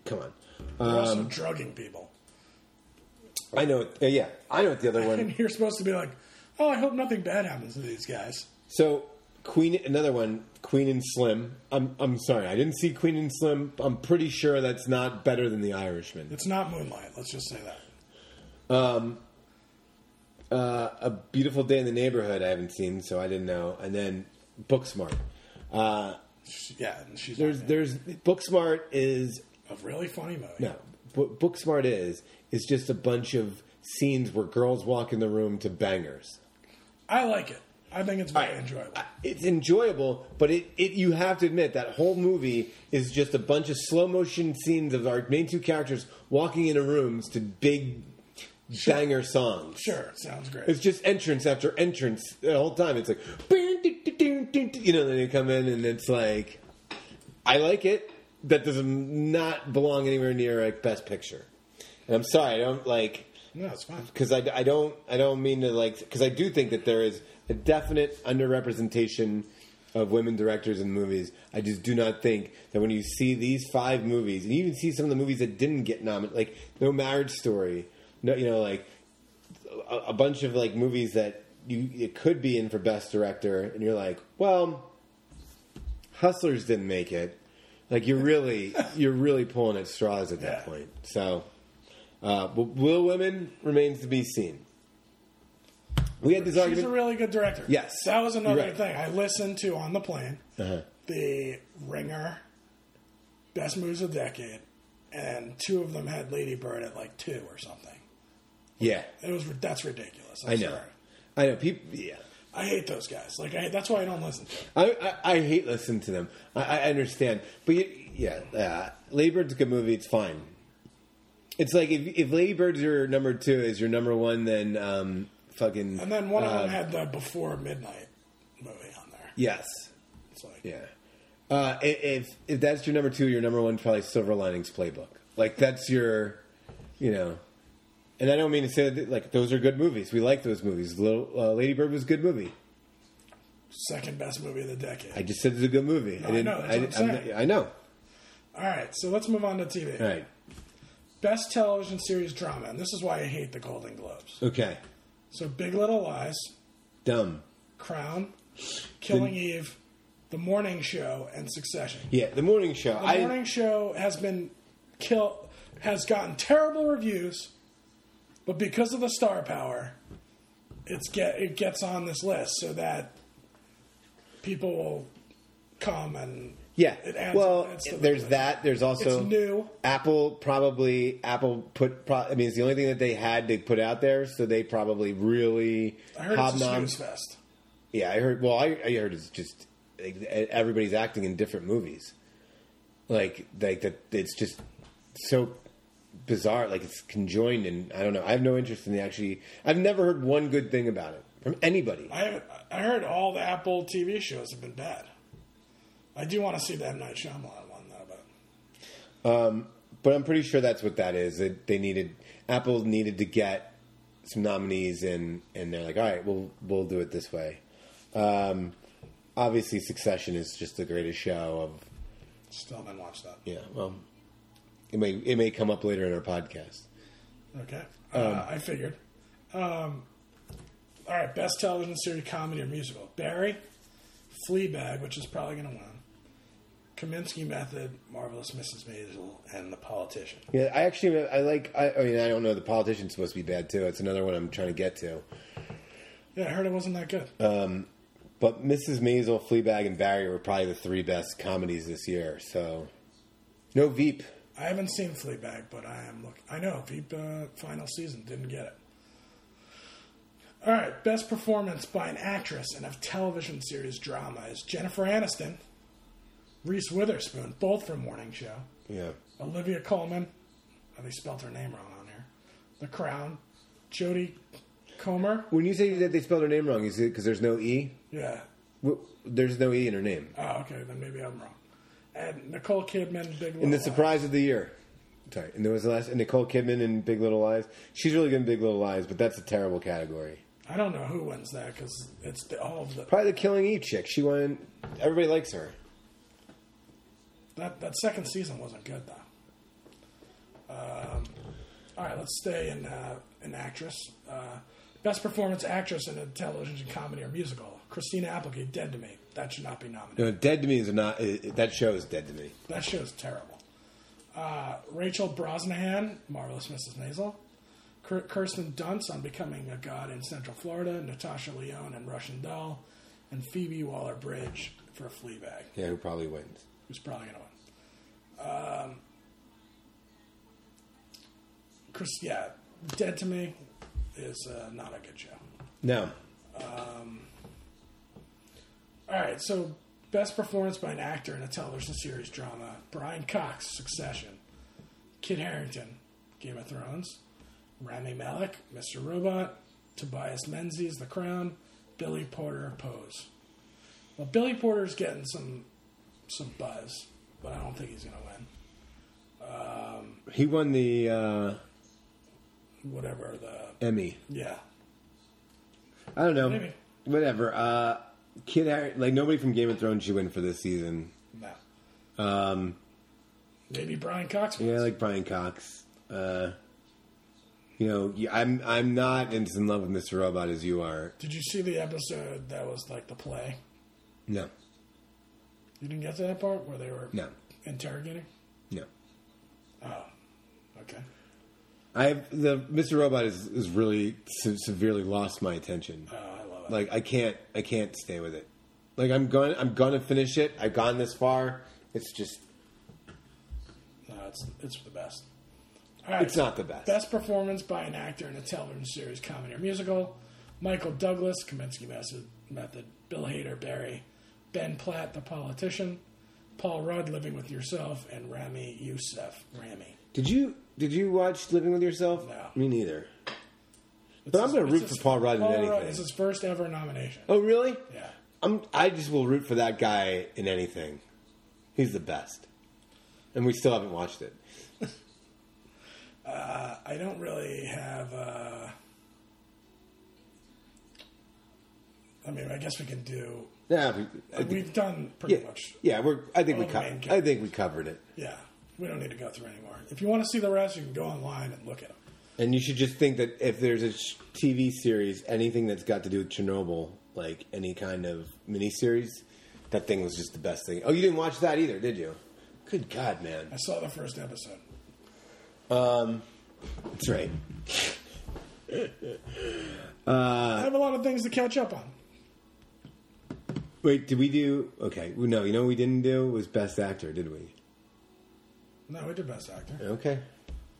come on.
They're also drugging people.
I know. It, yeah, I know what the other one.
And you're supposed to be like, oh, I hope nothing bad happens to these guys.
So Queen, another one, Queen and Slim. I'm I'm sorry, I didn't see Queen and Slim. I'm pretty sure that's not better than The Irishman.
It's not Moonlight. Let's just say that.
A Beautiful Day in the Neighborhood. I haven't seen, so I didn't know. And then Booksmart. Uh,
She- Yeah, and she's
there's there's Booksmart is
a really funny movie.
no what Booksmart is is just a bunch of scenes where girls walk in the room to bangers. Uh,
I like it. I think it's very enjoyable.
it's enjoyable, but it, it you have to admit that whole movie is just a bunch of slow motion scenes of our main two characters walking into rooms to big banger songs.
sure, sounds great.
It's just entrance after entrance the whole time. It's like you know, then they come in and it's like I like it. That does not belong anywhere near like best picture. And I'm sorry, I don't like
no, it's fine.
because I, I don't I don't mean to like because I do think that there is a definite underrepresentation of women directors in movies. I just do not think that when you see these five movies, and you even see some of the movies that didn't get nominated, like No Marriage Story, no, you know, like a, a bunch of like movies that you it could be in for best director, and you're like, well, Hustlers didn't make it. Like you're really you're really pulling at straws at that
Yeah.
point. So, uh, but will women remains to be seen. We had this
She's
argument.
a really good director.
Yes.
That was another
Right. Uh-huh.
thing. I listened to on the plane the Ringer, Best Moves of the Decade, and two of them had Lady Bird at like two or something.
yeah,
It was that's ridiculous. I'm
I know.
Sorry.
I know. People. Yeah.
I hate those guys. Like I, that's why I don't listen to. Them.
I, I, I hate listening to them. I, I understand, but you, yeah, uh, Lady Bird's a good movie. It's fine. It's like if if Lady Bird's your number two is your number one, then um, fucking
And then one of
uh,
them had the Before Midnight movie on there.
yes,
It's like
Yeah. Uh, i- if if that's your number two, your number one probably Silver Linings Playbook. Like that's your, you know, and I don't mean to say that like those are good movies. We like those movies. Little uh, Lady Bird was a good movie.
second best movie of the decade.
I just said it's a good movie.
I know, that's what I'm
I'm
saying.
not- I know.
All right, so let's move on to TV.
All right.
Best television series drama, and this is why I hate the Golden Globes.
Okay.
So Big Little Lies,
Dumb.
Crown, Killing Eve, The Morning Show, and Succession.
Yeah. The Morning Show.
The Morning Show has been kill has gotten terrible reviews, but because of the star power, it's get it gets on this list so that people will come and
I, yeah.
it adds-
well,
adds to the
there's
list.
that. There's also
It's new.
Apple probably Apple put. Pro, I mean, it's the only thing that they had they put out there, so they probably really
I heard it's a
hobnobbed-
snooze fest.
Yeah, I heard. Well, I, I heard it's just like, e, everybody's acting in different movies. Like, like that. It's just so bizarre. Like it's conjoined, and I don't know. I have no interest in the actually. I've never heard one good thing about it from anybody.
I haven't, I heard all the Apple TV shows have been bad. I do want to see the M Night Shyamalan one though, but
But I'm pretty sure that's what that is. That they needed Apple needed to get some nominees, and and they're like, all right, we'll we'll do it this way. Um, obviously, Succession is just the greatest show of
still haven't watched that.
Yeah, well, it may it may come up later in our podcast.
Okay, uh, I figured. Um, all right, best television series, comedy or musical: Barry, Fleabag, which is probably going to win. Kaminsky Method, Marvelous Mrs. Maisel, and The Politician.
Yeah, I actually I like. I, I mean, I don't know. The politician's supposed to be bad too. It's another one I'm trying to get to.
Yeah, I heard it wasn't that good.
But Mrs. Maisel, Fleabag, and Barry were probably the three best comedies this year. So, no Veep.
I haven't seen Fleabag, but I am look. I know Veep uh, final season didn't get it. All right, best performance by an actress in a television series drama is Jennifer Aniston, Reese Witherspoon, both from Morning Show,
Yeah,
Olivia Colman. Oh, they spelled her name wrong on here. The Crown, Jodie Comer.
when you say that they spelled her name wrong, is it because there's no e?
Yeah.
W- There's no e in her name.
Oh, okay. Then maybe I'm wrong. And Nicole Kidman, Big. Little
In the
Lies.
surprise of the year. Sorry, and there was the last and Nicole Kidman in Big Little Lies. She's really good in Big Little Lies, but that's a terrible category.
I don't know who wins that because it's the, all of the
Probably the Killing Eve chick. She won. Everybody likes her.
That that second season wasn't good though. Um, all right, let's stay in uh, in actress. Uh, best performance actress in a television comedy or musical: Christina Applegate, Dead to Me. That should not be nominated.
You know, Dead to Me is not. i i- that show is Dead to Me.
That show's terrible. Uh, Rachel Brosnahan, Marvelous Mrs. Maisel. Kir- Kirsten Dunst on Becoming a God in Central Florida. Natasha Leone and Russian Doll. And Phoebe Waller Bridge for Fleabag.
Yeah, who probably wins?
who's probably going to win. Um, Chris, yeah, Dead to Me is uh, not a good show.
No.
All right, so best performance by an actor in a television series drama: Brian Cox, Succession; Kit Harrington, Game of Thrones; Rami Malek, Mr. Robot; Tobias Menzies, The Crown; Billy Porter, Pose. Well, Billy Porter's getting some some buzz, but I don't think he's going to win.
He won the uh,
whatever the
Emmy.
yeah
I don't know.
Maybe.
whatever. Uh, Kid Harry, like nobody from Game of Thrones should win for this season.
No.
Um,
Maybe Brian Cox.
yeah, I like Brian Cox. Uh, you know, y- I'm I'm not as in love with Mr. Robot as you are.
Did you see the episode that was like the play?
No,
You didn't get to that part where they were
no,
interrogating?
no.
Oh, okay.
I the Mr. Robot is is really se- severely lost my attention.
Oh, I love it.
Like I can't I can't stay with it. Like I'm going I'm gonna finish it. I've gone this far. It's just
no, it's it's the best. All right,
it's not the best.
Best performance by an actor in a television series, comedy, or musical. Michael Douglas, Kaminsky Method, Method Bill Hader, Barry, Ben Platt, The Politician, Paul Rudd, Living with Yourself, and Rami Youssef. Rami.
Did you did you watch Living with Yourself?
No.
Me neither.
It's
But I'm
his-
gonna
it's
root
his-
for Paul Rudd in
Paul Rudd
anything.
is his first ever nomination.
Oh really?
Yeah.
I'm I just will root for that guy in anything. He's the best. And we still haven't watched it.
I don't really have. Uh, I mean, I guess we can do.
Yeah, we, I think-
We've done pretty
yeah,
much.
yeah, we're I think we
Oh,
covered
man,
I think we covered it.
Yeah, we don't need to go through anymore. If you want to see the rest, you can go online and look at them.
And you should just think that if there's a sh- TV series, anything that's got to do with Chernobyl, like any kind of miniseries, that thing was just the best thing. Oh, you didn't watch that either, did you? Good God, man.
I saw the first episode.
That's right. Uh,
I have a lot of things to catch up on.
Wait, did we do? Okay, well, no, you know what we didn't do was Best Actor, did we?
No, we did Best Actor.
Okay.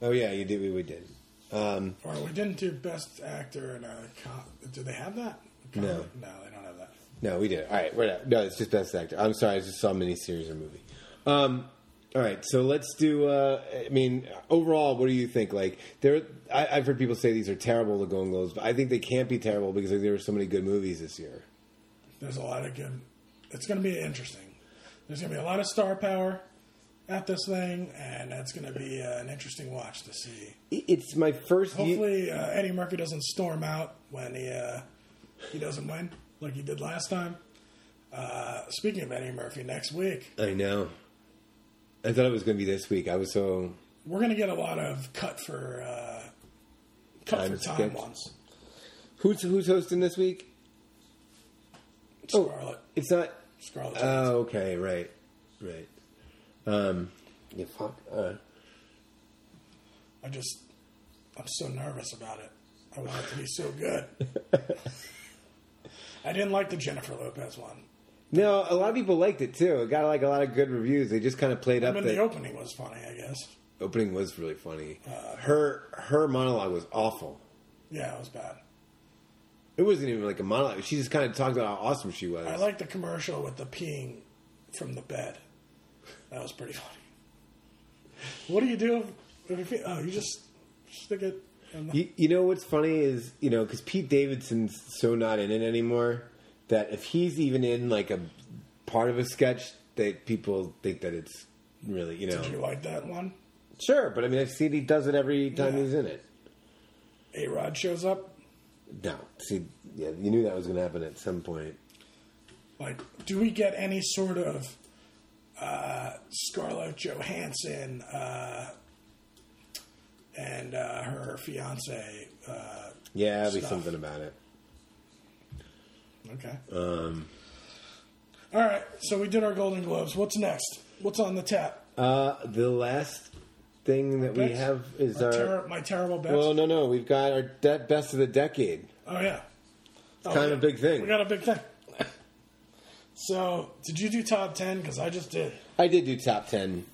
Oh yeah, you did. We, we did. Um,
Or we didn't do Best Actor in a. Com- do they have that?
No.
No, they don't have that.
no, we did. All right, we're not, no, it's just Best Actor. I'm sorry, I just saw a miniseries or movie. Um, all right, so let's do. Uh, I mean, overall, what do you think? Like, there, I, I've heard people say these are terrible the Golden Globes, but I think they can't be terrible because like, there were so many good movies this year.
There's a lot of good. It's going to be interesting. There's going to be a lot of star power at this thing, and that's going to be uh, an interesting watch to see.
I- It's my first. ye-
Hopefully, uh, Eddie Murphy doesn't storm out when he uh, he doesn't win like he did last time. Uh, speaking of Eddie Murphy, next week
I know. I thought it was going to be this week. I was so
we're going to get a lot of cut for uh, cut
Time
for time
skipped.
ones.
Who's who's hosting this week? Oh.
Scarlet,
It's not.
Scarlet.
Oh, okay, right, right. Um, yeah, fuck. Uh,
I just I'm so nervous about it. I want it to be so good. I didn't like the Jennifer Lopez one.
no, a lot of people liked it too. It got like a lot of good reviews. They just kind of played
I
up
mean,
the
the opening was funny, I guess.
opening was really funny. Uh, her her monologue was awful.
Yeah, it was bad.
It wasn't even like a monologue. She just kind of talked about how awesome she was.
I like the commercial with the peeing from the bed. That was pretty funny. What do you do if, if you, oh, you just stick it in the,
You, you know what's funny is you know because Pete Davidson's so not in it anymore that if he's even in like a part of a sketch that people think that it's really you know
Did you like that one?
sure. But I mean I've seen he does it every time
Yeah.
he's in it.
A Rod shows up.
No, see, yeah, you knew that was going to happen at some point.
Like, do we get any sort of uh, Scarlett Johansson uh, and uh, her fiance? Uh,
Yeah, there'll be
Stuff.
something about it.
okay. Um. All right. So we did our Golden Globes. What's next? What's on the tap?
Uh, the last thing that we
Best?
have is
Our
our.
terror- my terrible best.
well, no, no, we've got our de- best of the decade.
Oh yeah, Oh,
kind
we-
of a big thing.
We got a big thing. so, did you do top ten? Because I just did.
I did do top ten.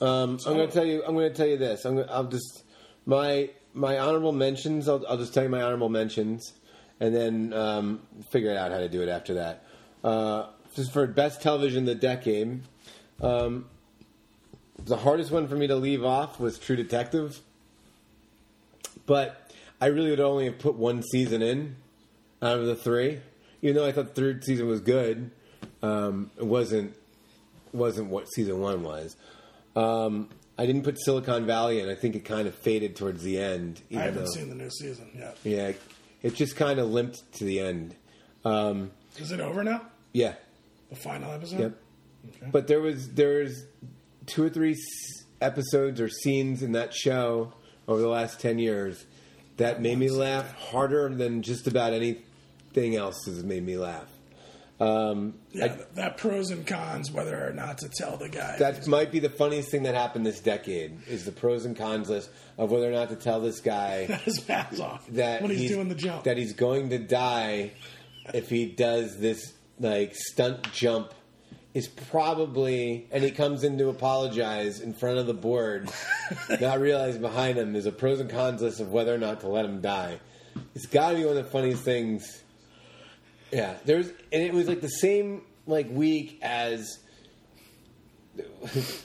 Um, I'm going to tell you. I'm going to tell you this. I'm. Gonna, I'll just my my honorable mentions. I'll, I'll just tell you my honorable mentions, and then um, figure out how to do it after that. Uh, just for best television of the decade, um, the hardest one for me to leave off was True Detective, but I really would only have put one season in out of the three. Even though I thought the third season was good, um, it wasn't wasn't what season one was. Um, I didn't put Silicon Valley in. I think it kind of faded towards the end. Even
I haven't
though,
seen the new season yet.
Yeah, it just kind of limped to the end. Um,
Is it over now?
yeah,
The final episode?
yep. But there was there was two or three s- episodes or scenes in that show over the last ten years that made me laugh harder than just about anything else has made me laugh. Um,
Yeah, th- that pros and cons, whether or not to tell the guy.
that might be the funniest thing that happened this decade is the pros and cons list of whether or not to tell this guy
that his pass off
that
when he's, doing the jump.
that he's going to die if he does this like stunt jump is probably and he comes in to apologize in front of the board not realizing behind him is a pros and cons list of whether or not to let him die it's got to be one of the funniest things yeah there's and it was like the same like week as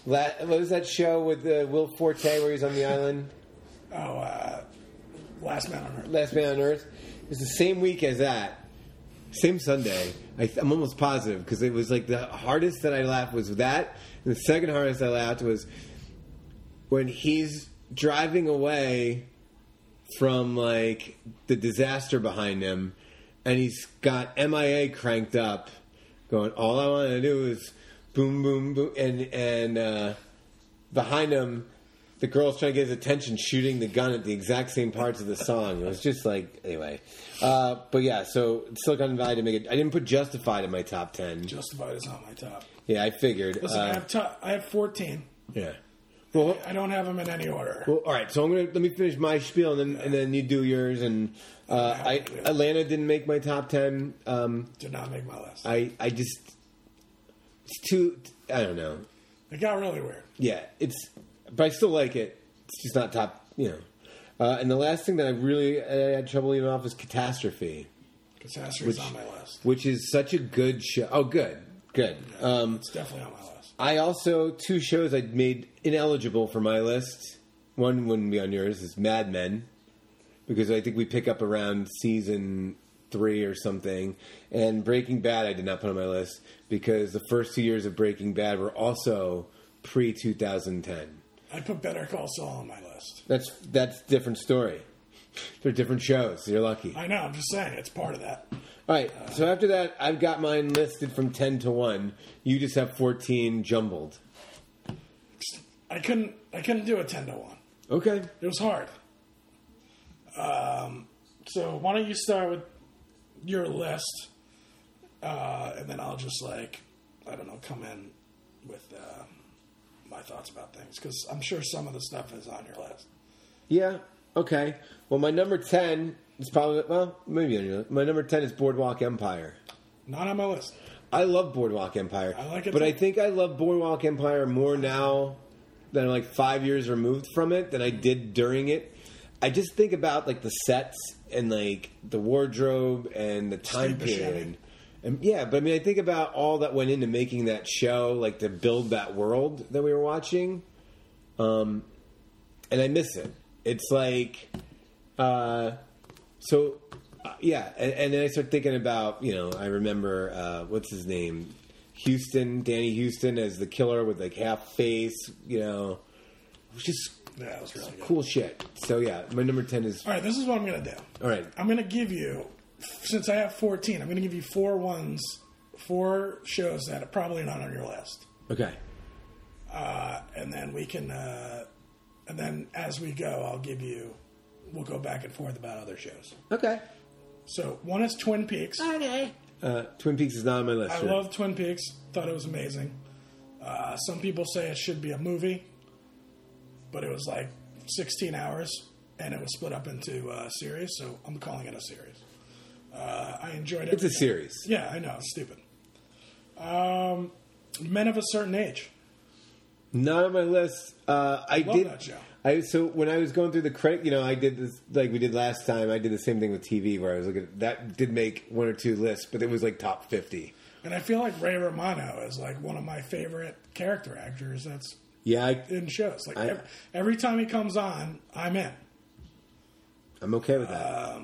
la- what was that show with uh, will forte where he's on the island
oh, uh, last man on earth.
Last Man on Earth. It was the same week as that, same Sunday. I, I'm almost positive because it was like the hardest that I laughed was that, and the second hardest I laughed was when he's driving away from like the disaster behind him, and he's got MIA cranked up, going, "All I want to do is boom, boom, boom," and and uh, behind him, the girl's trying to get his attention, shooting the gun at the exact same parts of the song. It was just like, anyway. Uh, but yeah, so Silicon Valley to make it. I didn't put Justified in my top ten.
Justified is not my top.
Yeah, I figured.
Listen, I
uh,
have t- I have fourteen.
yeah. Well,
I don't have them in any order.
Well, all right. So I'm gonna let me finish my spiel, and then and then you do yours. And uh, I Atlanta didn't make my top ten. Um,
Did not make my list.
I I just it's too. I don't know.
It got really weird.
Yeah, it's but I still like it. It's just not top. You know. Uh, and the last thing that I really I had trouble even off is Catastrophe,
Catastrophe is on my list.
which is such a good show. Oh, good, good. Um,
It's definitely on my list.
I also two shows I made ineligible for my list. One wouldn't be on yours is Mad Men, because I think we pick up around season three or something. And Breaking Bad I did not put on my list because the first two years of Breaking Bad were also pre 2010.
I put Better Call Saul on my list.
That's that's a different story. They're different shows. You're lucky.
I know. I'm just saying it's part of that.
All right. So after that, I've got mine listed from ten to one. You just have fourteen jumbled.
I couldn't. I couldn't do a ten to one.
Okay.
It was hard. Um, so why don't you start with your list, uh, and then I'll just like I don't know come in with uh, my thoughts about things because I'm sure some of the stuff is on your list.
Yeah. Okay. Well, my number ten is probably well, maybe I know. my number ten is Boardwalk Empire.
Not on my list.
I love Boardwalk Empire.
I like it
but
too.
I think I love Boardwalk Empire more now than I'm like five years removed from it than I did during it. I just think about like the sets and like the wardrobe and the time
Steve Buscemi.
period. And yeah, but I mean, I think about all that went into making that show, like to build that world that we were watching. Um, and I miss it. It's like, uh, so uh, yeah, and, and then I start thinking about you know I remember uh, what's his name, Houston, Danny Houston as the killer with like half face, you know, it was just
Yeah, it was really good.
cool shit. So yeah, my number ten is
All right, this is what I'm gonna do.
all right.
I'm gonna give you since I have 14. I'm gonna give you four ones, four shows that are probably not on your list.
Okay,
and then we can uh, and then as we go i'll give you we'll go back and forth about other shows
okay.
so one is twin peaks
Uh, Twin Peaks is not on my list.
i
sure.
love twin peaks thought it was amazing uh, some people say it should be a movie but it was like 16 hours and it was split up into uh, series so i'm calling it a series uh, i enjoyed it
It's a series.
yeah i know it's stupid um, men of a certain age
Not on my list. Uh, I
Love
did.
that show.
I so when I was going through the credit, you know, I did this like we did last time. I did the same thing with TV where I was looking. At, that did make one or two lists, but it was like top fifty.
And I feel like Ray Romano is like one of my favorite character actors that's
Yeah, I,
in shows. Like
I-
every, every time he comes on, I'm in.
I'm okay with that.
Uh,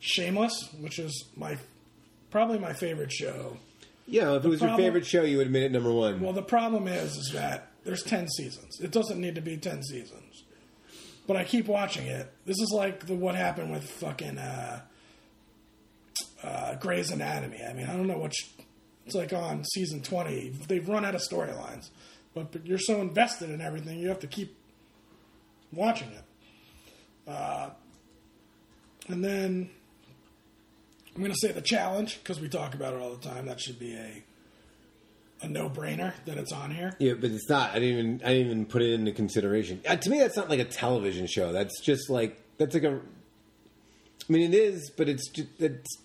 Shameless, which is my probably my favorite show.
yeah, if it was
problem-
your favorite show, you would have made it number one.
Well, the problem is is that there's 10 seasons. It doesn't need to be 10 seasons. But I keep watching it. This is like the what happened with fucking uh uh, Grey's Anatomy. I mean, I don't know what sh- it's like on season twenty. They've run out of storylines, but, but you're so invested in everything, you have to keep watching it. Uh, and then I'm going to say the challenge because we talk about it all the time. That should be a a no brainer that it's on here.
Yeah, but it's not. I didn't even I didn't even put it into consideration. Uh, to me, that's not like a television show. That's just like that's like a. I mean, it is, but it's just it's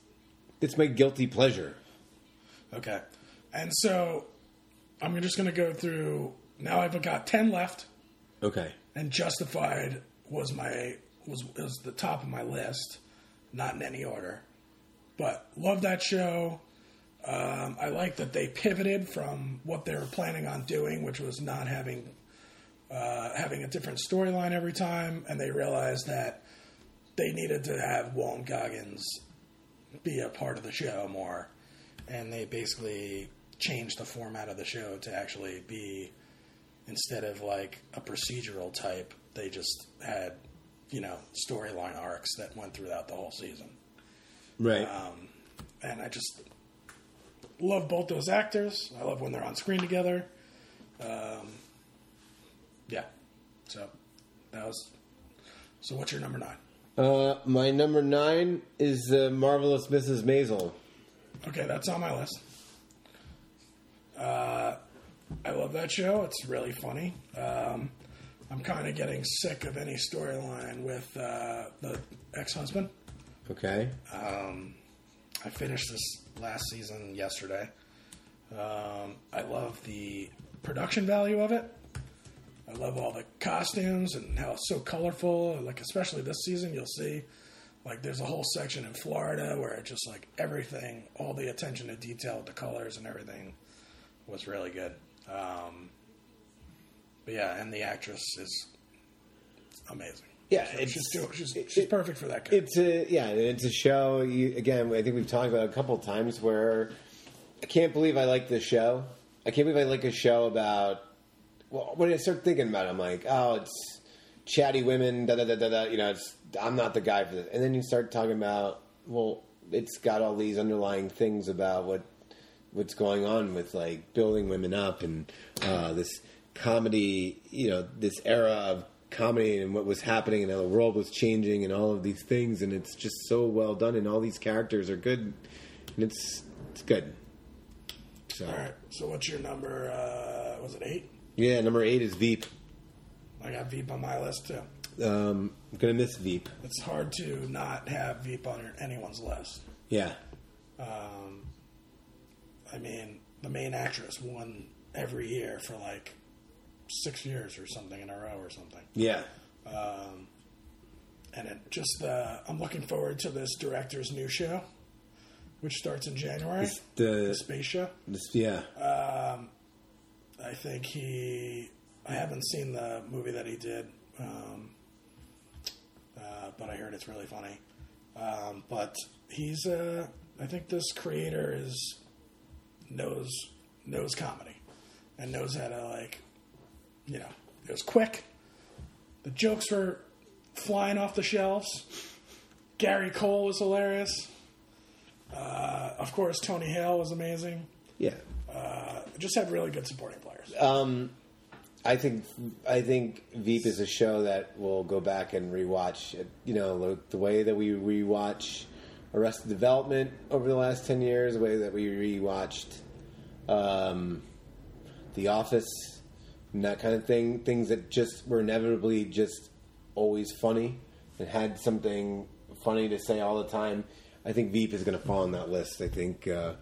it's my guilty pleasure.
Okay. And so I'm just going to go through. Now I've got 10 left,
Okay.
and Justified was my was was the top of my list, not in any order. But love that show. Um, I like that they pivoted from what they were planning on doing, which was not having uh, having a different storyline every time, and they realized that they needed to have Walton Goggins be a part of the show more, and they basically changed the format of the show to actually be instead of like a procedural type, they just had you know storyline arcs that went throughout the whole season,
Right.
and I just love both those actors. I love when they're on screen together. Um, yeah, so that was. So what's your number nine?
uh, my number nine is uh, marvelous Mrs. Maisel.
Okay, that's on my list. Uh, I love that show. It's really funny. Um, I'm kind of getting sick of any storyline with uh, the ex-husband.
Okay.
I finished this last season yesterday. Um, I love the production value of it. I love all the costumes and how it's so colorful. Like especially this season, you'll see like there's a whole section in Florida where it's just like everything, all the attention to detail, the colors and everything was really good. Um, but yeah, and the actress is amazing.
Yeah,
So
it's-
she's, doing- she's,
it-
she's
it-
perfect for that. Guy.
It's a yeah, and it's a show. You, again, I think we've talked about it a couple times where I can't believe I like this show. I can't believe I like a show about. Well, when I start thinking about, it, I'm like, oh, it's chatty women, da da da da da. You know, it's I'm not the guy for this. And then you start talking about, well, it's got all these underlying things about what what's going on with like building women up and uh, this comedy, you know, this era of comedy and what was happening and how the world was changing and all of these things. And it's just so well done, and all these characters are good, and it's it's good. So
all right. So what's your number? Uh, was it eight?
yeah, number eight is Veep.
I got Veep on my list too.
Um, I'm gonna miss Veep.
It's hard to not have Veep on anyone's list.
Yeah,
I mean, the main actress won every year for like six years or something in a row or something.
yeah,
And it just, uh, I'm looking forward to this director's new show, which starts in January.
It's the-
the space show.
This- yeah.
Uh, I think he. I haven't seen the movie that he did, um, uh, but I heard it's really funny. Um, but he's. Uh, I think this creator is knows knows comedy, and knows how to like, you know, it was quick. The jokes were flying off the shelves. Gary Cole was hilarious. Uh, of course, Tony Hale was amazing.
yeah.
Just had really good supporting players.
I think I think Veep is a show that we'll go back and rewatch. You know, the- the way that we rewatch Arrested Development over the last ten years, the way that we rewatched um, The Office, and that kind of thing. Things that just were inevitably just always funny and had something funny to say all the time. I think Veep is going to fall on that list. I think. Uh,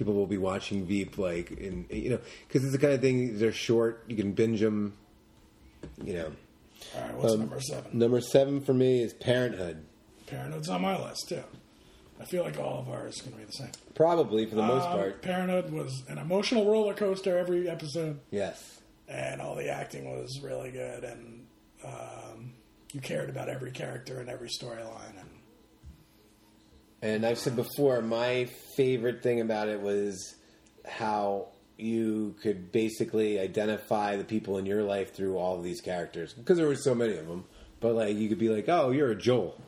people will be watching Veep like in you know because it's the kind of thing they're short you can binge them you know
All right,
Um,
what's number seven?
number seven for me is Parenthood
Parenthood's on my list too. I feel like all of ours is going to be the same.
probably for the most
Um,
part
Parenthood was an emotional roller coaster every episode,
yes
and all the acting was really good, and um, you cared about every character and every storyline. And
and I've said before my favorite thing about it was how you could basically identify the people in your life through all of these characters because there were so many of them but like you could be like oh you're a Joel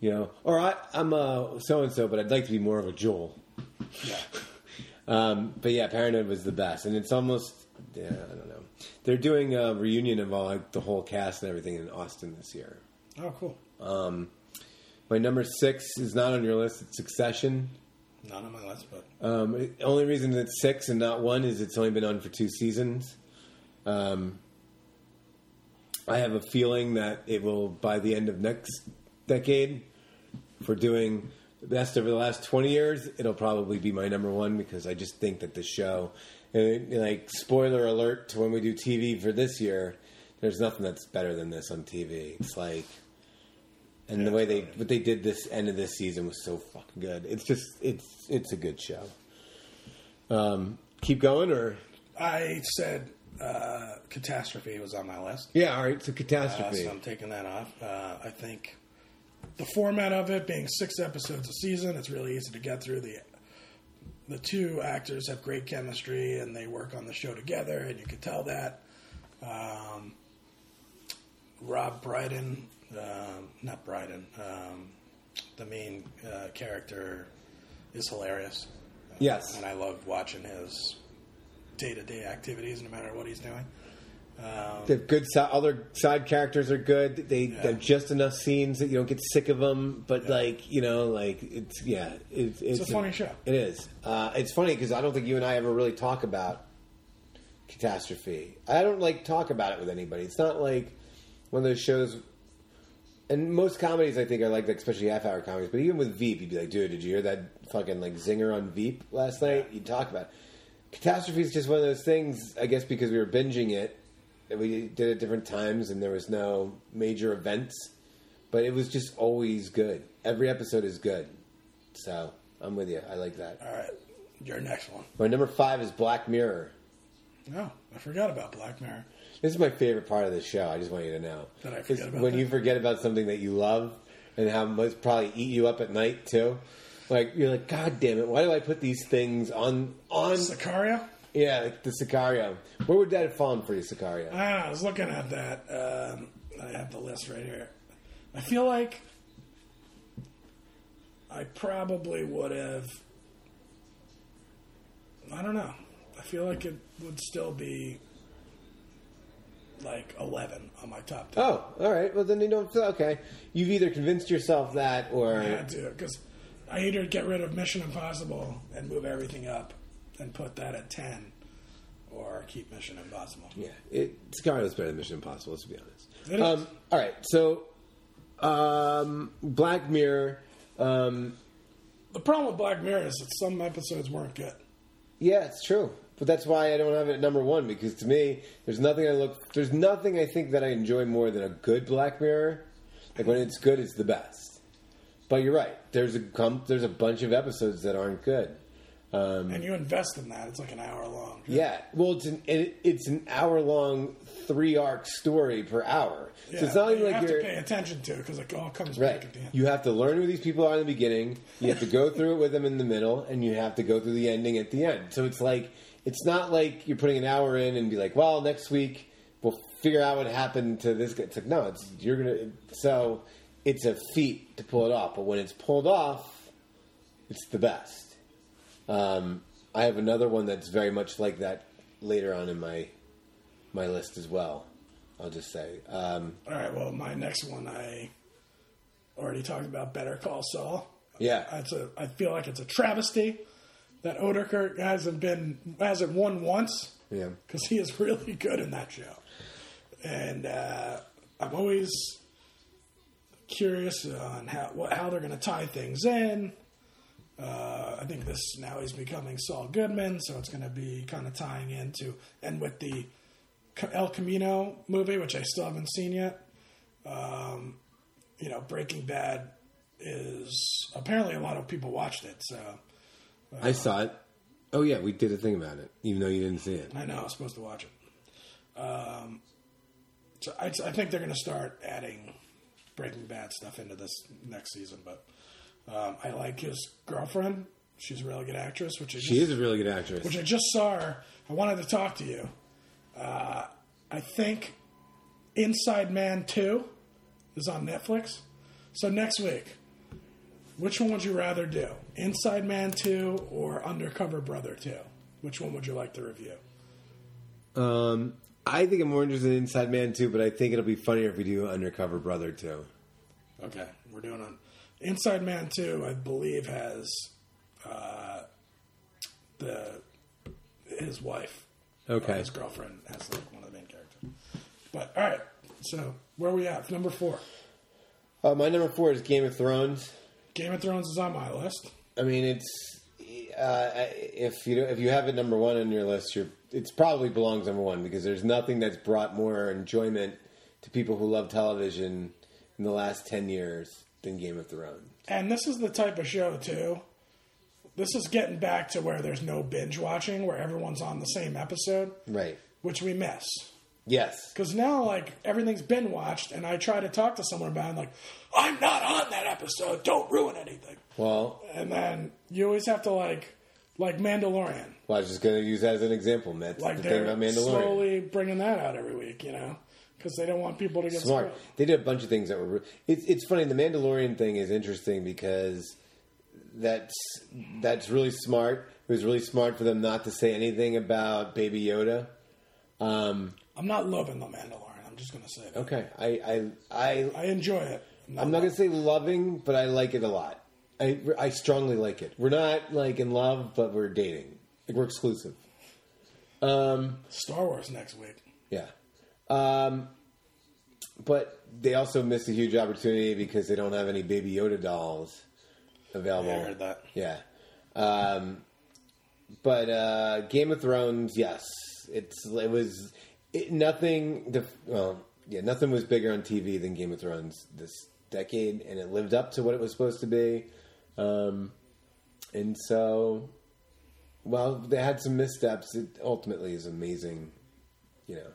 You know, or I, I'm a so and so, but I'd like to be more of a Joel. Um, but yeah, Parenthood was the best, and it's almost yeah, I don't know. They're doing a reunion of all like, the whole cast and everything in Austin this year.
Oh, cool.
My number six is not on your list. It's Succession.
Not on my list, but
Um, the only reason it's six and not one is it's only been on for two seasons. Um, I have a feeling that it will by the end of next decade. For doing best over the last twenty years, it'll probably be my number one because I just think that the show, and it- like spoiler alert to when we do TV for this year, there's nothing that's better than this on TV. It's like, and the way they what they did this end of this season was so fucking good. It's just it's it's a good show. Um, keep going or
I said uh, catastrophe was on my list.
yeah, all right. So
Uh,
catastrophe.
so I'm taking that off. Uh, I think the format of it being six episodes a season, it's really easy to get through. The the two actors have great chemistry and they work on the show together, and you can tell that. Um, Rob Brydon, um, not Brydon, um, the main uh, character is hilarious,
yes.
and I love watching his day to day activities, no matter what he's doing.
The good si- other side characters are good. They
Um, Yeah.
have just enough scenes that you don't get sick of them. But like you know, like it's yeah, it's it's,
a funny show.
It is. Uh, it's funny because I don't think you and I ever really talk about catastrophe. I don't like talk about it with anybody. It's not like one of those shows. And most comedies, I think, are like that, especially half-hour comedies. But even with Veep, you'd be like, "Dude, did you hear that fucking like zinger on Veep last night?" You'd talk about. It. Catastrophe is just one of those things, I guess, because we were binging it. that We did it at different times, and there was no major events, but it was just always good. Every episode is good, so I'm with you. I like that.
All right, your next one.
My number five is Black Mirror.
No, I forgot about Black Mirror.
This is my favorite part of the show. I just want you to know
That I
Is
forget about
when
that.
you forget about something that you love and how much probably eat you up at night too. Like you're like, God damn it! Why do I put these things on on?
Sicario?
yeah, like the Sicario. Where would that have fallen for you,
I
Sicario?
don't know. Ah, I was looking at that. Um, I have the list right here. I feel like I probably would have. I don't know. I feel like it would still be like 11 on my top 10.
oh, all right. Well, then you don't. Okay, you've either convinced yourself that, or
I had to because I either get rid of Mission Impossible and move everything up and put that at 10 or keep Mission Impossible.
Yeah, it, Sicario's better than Mission Impossible. Let's be honest.
It is.
Um, all right, so um, Black Mirror. Um,
The problem with Black Mirror is that some episodes weren't good.
Yeah, it's true. But that's why I don't have it at number one because to me, there's nothing I look, there's nothing I think that I enjoy more than a good Black Mirror. Like when it's good, it's the best. But you're right. There's a com- there's a bunch of episodes that aren't good.
And you invest in that, it's like an hour long.
Yeah. Well, it's an it, it's an hour long three arc story per hour.
Yeah,
so it's not
you
even like
have
you're
to pay attention to it because it all comes back
Right.
at the end.
You have to learn who these people are in the beginning. You have to go through it with them in the middle, and you have to go through the ending at the end. So it's like it's not like you're putting an hour in and be like, "Well, next week we'll figure out what happened to this." guy. It's like no, it's you're gonna. So it's a feat to pull it off, but when it's pulled off, it's the best. Um, I have another one that's very much like that later on in my my list as well. I'll just say. Um,
all right, well, my next one, I already talked about Better Call Saul.
yeah.
It's a, I feel like it's a travesty that Oderkirk hasn't been hasn't won once.
Yeah.
because he is really good in that show. And uh, I'm always curious on how what, how they're going to tie things in. Uh, I think this now he's becoming Saul Goodman, so it's going to be kind of tying into and with the El Camino movie, which I still haven't seen yet. Um, you know, Breaking Bad is apparently a lot of people watched it, so
I saw it. Oh yeah, we did a thing about it, even though you didn't see it.
I know I was supposed to watch it. Um, so I, I think they're going to start adding Breaking Bad stuff into this next season. But um, I like his girlfriend; she's a really good actress. Which I just,
She is a really good actress.
which I just saw her. I wanted to talk to you. Uh, I think Inside Man Two is on Netflix. So next week Which one would you rather do? Inside Man 2 or Undercover Brother 2? Which one would you like to review?
Um, I think I'm more interested in Inside Man 2, but I think it'll be funnier if we do Undercover Brother 2.
Okay, we're doing on Inside Man 2, I believe, has uh, the his wife, or
Okay.
his girlfriend, as like one of the main characters. But all right, so where are we at? Number four,
Uh, my number four is Game of Thrones.
Game of Thrones is on my list.
I mean, it's uh, if you if you have it number one on your list, you're it's probably belongs number one because there's nothing that's brought more enjoyment to people who love television in the last ten years than Game of Thrones.
And this is the type of show too. This is getting back to where there's no binge watching, where everyone's on the same episode,
Right.
which we miss.
Yes.
Because now, like everything's been watched, and I try to talk to someone about, it, I'm like, I'm not on that episode. Don't ruin anything.
Well,
And then you always have to like, like Mandalorian.
well I was just going to use that as an example. and That's
Like
the thing
they're
about Mandalorian.
slowly bringing that out every week, you know, because they don't want people to get
smart.
spoiled.
They did a bunch of things that were. It's it's funny. The Mandalorian thing is interesting because that's that's really smart. It was really smart for them not to say anything about Baby Yoda. Um,
I'm not loving the Mandalorian. I'm just gonna say that.
okay, I I I
I enjoy it.
I'm not gonna say loving, but I like it a lot. I I strongly like it. We're not like in love, but we're dating. Like we're exclusive. Um.
Star Wars next week.
Yeah. Um, but they also missed a huge opportunity because they don't have any Baby Yoda dolls available.
Yeah, I heard that.
Yeah. Um, but uh, Game of Thrones, yes, it's it was it, nothing. def- Well, yeah, nothing was bigger on TV than Game of Thrones this decade, and it lived up to what it was supposed to be. Um, and so, well, they had some missteps. It ultimately is amazing, you know.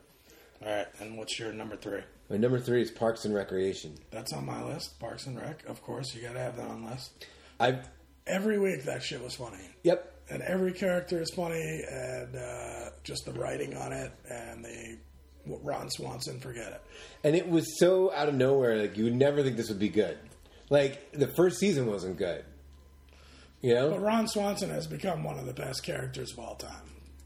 All right, and what's your number three?
My number three is Parks and Recreation.
That's on my list. Parks and Rec, of course. You gotta have that on list.
I
Every week that shit was funny,
yep.
and every character is funny, and uh, just the writing on it, and the Ron Swanson, forget it.
And it was so out of nowhere, like you would never think this would be good. Like the first season wasn't good. You know?
But Ron Swanson has become one of the best characters of all time.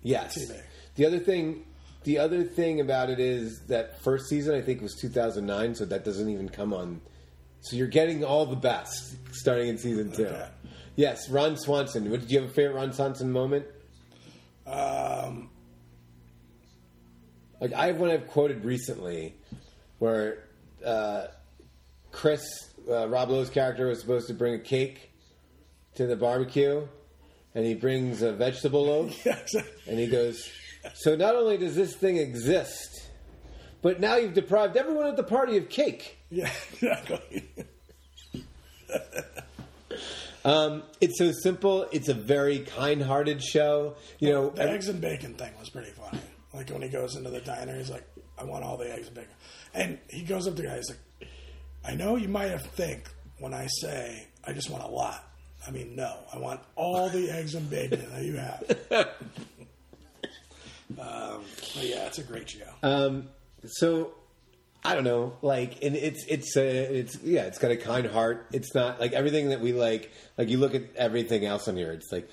Yes.
TV.
The other thing, the other thing about it is that first season I think was 2009, so that doesn't even come on. So you're getting all the best starting in season two.
Okay.
Yes, Ron Swanson. What, did you have a favorite Ron Swanson moment?
Um,
Like I have one I've quoted recently, where uh, Chris uh, Rob Lowe's character was supposed to bring a cake to the barbecue, and he brings a vegetable loaf.
yes.
And he goes, So not only does this thing exist, but now you've deprived everyone at the party of cake.
yeah, exactly.
It's so simple. It's a very kind hearted show. You know,
The
every-
eggs and bacon thing was pretty funny. Like when he goes into the diner, he's like, "I want all the eggs and bacon," and he goes up to the guy, he's like, "I know you might have think when I say I just want a lot. I mean, no, I want all the eggs and bacon that you have." um, but yeah, it's a great show.
um, so I don't know. Like, and it's, it's, a, it's, yeah, it's got a kind heart. It's not like everything that we like. Like, you look at everything else on here, it's like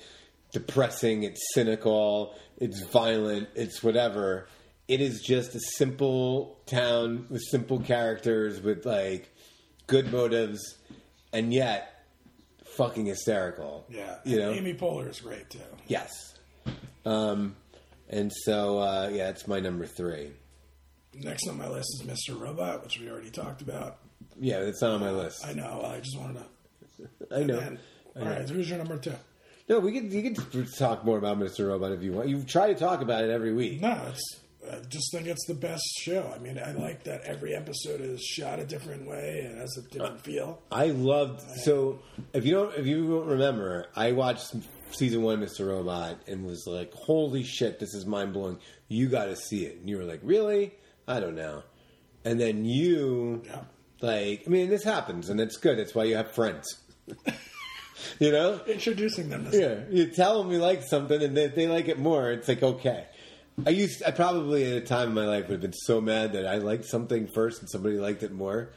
depressing, it's cynical, it's violent, it's whatever. It is just a simple town with simple characters with like good motives and yet fucking hysterical.
yeah,
You know?
Amy Poehler is great too.
yes. Um, and so, uh, yeah, it's my number three.
Next on my list is Mr. Robot, which we already talked about.
Yeah, it's not on my list.
I know. I just wanted to.
I know.
And, all right, who's your number two?
No, we could you could talk more about Mr. Robot if you want. You try to talk about it every week.
No, it's. I just think it's the best show. I mean, I like that every episode is shot a different way and has a
Uh.
different feel.
I loved so if you don't if you don't remember, I watched season one of Mr. Robot and was like, Holy shit, this is mind blowing. You gotta see it. And you were like, Really? I don't know. And then you
Yeah.
like I mean this happens and it's good, that's why you have friends. you know?
Introducing them to
Yeah, you tell them you like something, and if they like it more, it's like okay. I used, I probably at a time in my life would have been so mad that I liked something first and somebody liked it more.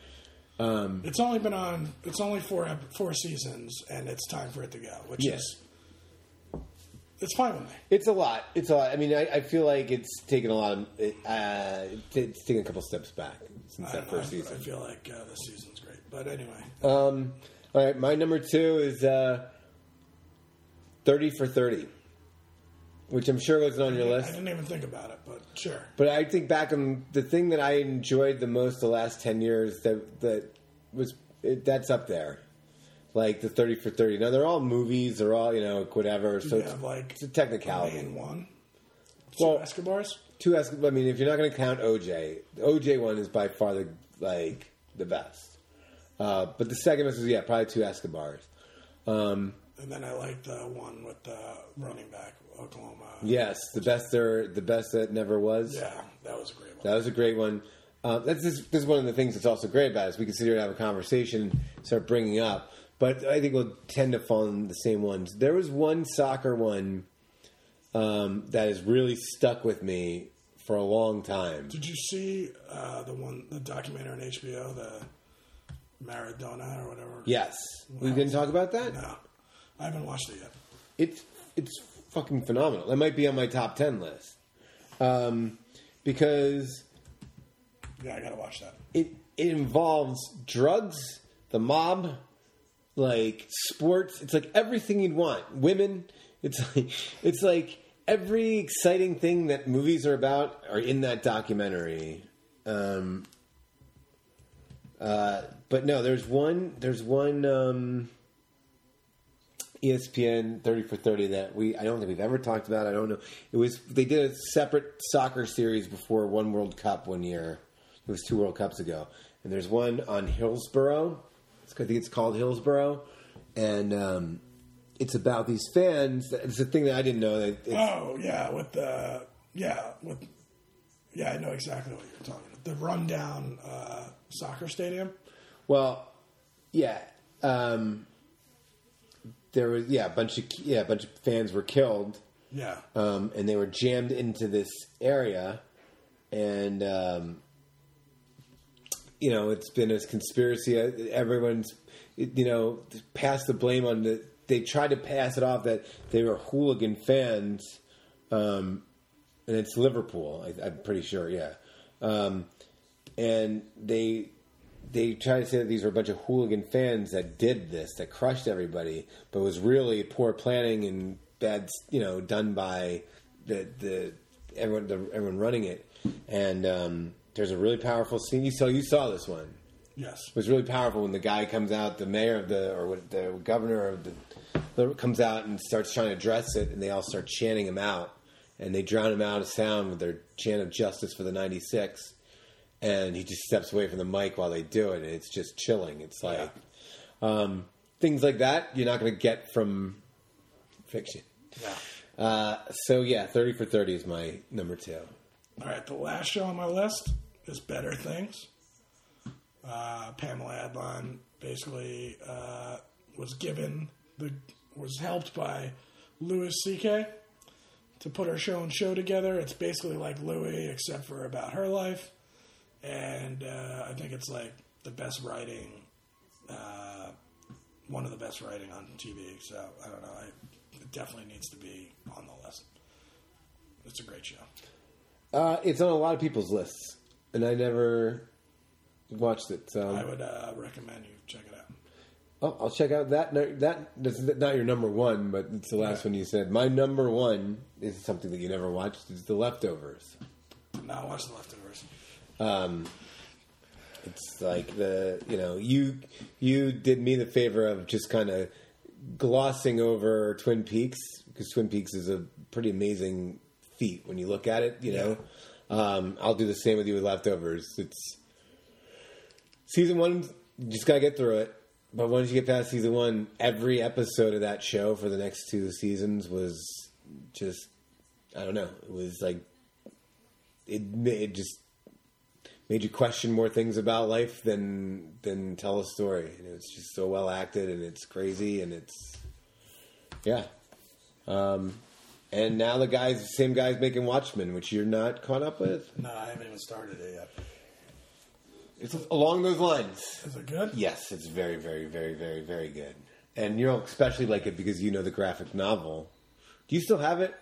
Um,
It's only been on. It's only four ep- four seasons, and it's time for it to go. Which
Yeah.
is, it's fine with me.
it's a lot. It's a lot. I mean, I, I feel like it's taken a lot of. Uh, it's taken a couple steps back since
I,
that first
I- I
season.
feel like uh, this season's great, but anyway,
Um, all right, my number two is uh, thirty for thirty, which I'm sure wasn't on your
I
list.
didn't even think about it. But sure,
But I think back on the thing that I enjoyed the most the last ten years that that was it, that's up there, like the thirty for thirty. Now they're all movies, they're all you know whatever. So
you
it's
have like oh,
it's a technicality.
main one.
Well-
Well, Escobar's.
Two ask. I mean, if you're not going to count OJ, the OJ one is by far the like the best. Uh, but the second best is yeah, probably two Escobars. Um,
And then I like the one with the running back, Oklahoma.
yes, the best there, the best that never was.
Yeah, that was a great one.
That was a great one. Uh, that's this, this is one of the things that's also great about it is we can sit here and have a conversation, start bringing up. But I think we'll tend to fall in the same ones. There was one soccer one um, that has really stuck with me for a long time.
Did you see uh, the one, the documentary on HBO, the Maradona or whatever?
Yes, we didn't talk about that.
No, I haven't watched it yet.
it's it's fucking phenomenal. That might be on my top ten list um, because
Yeah, I gotta watch that.
it it involves drugs, the mob, like sports. It's like everything you'd want. Women. It's like it's like every exciting thing that movies are about are in that documentary. Um, uh, but no, there's one. There's one. Um, E ESPN 30 for 30 that we I don't think we've ever talked about. I don't know. It was they did a separate soccer series before one World Cup one year. It was two World Cups ago. And there's one on Hillsborough. It's, I think it's called Hillsborough. And um, it's about these fans. It's a thing that I didn't know. That it's,
Oh yeah, with the yeah with yeah, I know exactly what you're talking. about. The rundown uh, soccer stadium.
Well, yeah, um, there was yeah a bunch of yeah a bunch of fans were killed.
Yeah,
um, and they were jammed into this area, and um, you know it's been a conspiracy. Uh, Everyone's you know passed the blame on the. They tried to pass it off that they were hooligan fans, um, and it's Liverpool. I, I'm pretty sure, yeah. Um, and they they try to say that these were a bunch of hooligan fans that did this, that crushed everybody, but it was really poor planning and bad, you know, done by the the everyone the, everyone running it. And um, there's a really powerful scene. You saw you saw this one.
yes.
It was really powerful when the guy comes out, the mayor of the or what, the governor of the the- comes out and starts trying to address it, and they all start chanting him out, and they drown him out of sound with their chant of justice for the '96, and he just steps away from the mic while they do it, and it's just chilling. It's like um, things like that you're not going to get from fiction.
Yeah.
Uh, so yeah, thirty for thirty is my number two.
All right, the last show on my list is Better Things. Uh, Pamela Adlon basically uh, was given the was helped by Louis C.K. to put her show and show together. It's basically like Louis, except for about her life, and uh, I think it's like the best writing, uh, one of the best writing on TV. So I don't know, I, it definitely needs to be on the list. It's a great show.
Uh, it's on a lot of people's lists, and I never watched it. So
I would uh, recommend you check it out.
Oh, I'll check out that. no- That that's not your number one, but it's the last one you said. My number one is something that you never watched. It's The Leftovers.
Now watch the leftovers.
It's like the you know you you did me the favor of just kind of glossing over Twin Peaks because Twin Peaks is a pretty amazing feat when you look at it. You know, um, I'll do the same with you with Leftovers. It's season one. You just gotta get through it. But once you get past season one, every episode of that show for the next two seasons was just I don't know. It was like it it just made you question more things about life than than tell a story. And it's just so well acted, and it's crazy, and it's yeah. Um, and now the guys, same guys making Watchmen, which you're not caught up with.
No, I haven't even started it yet.
It's along those lines.
Is it good?
Yes, it's very, very, very, very, very good. And you'll especially like it because you know the graphic novel. Do you still have it?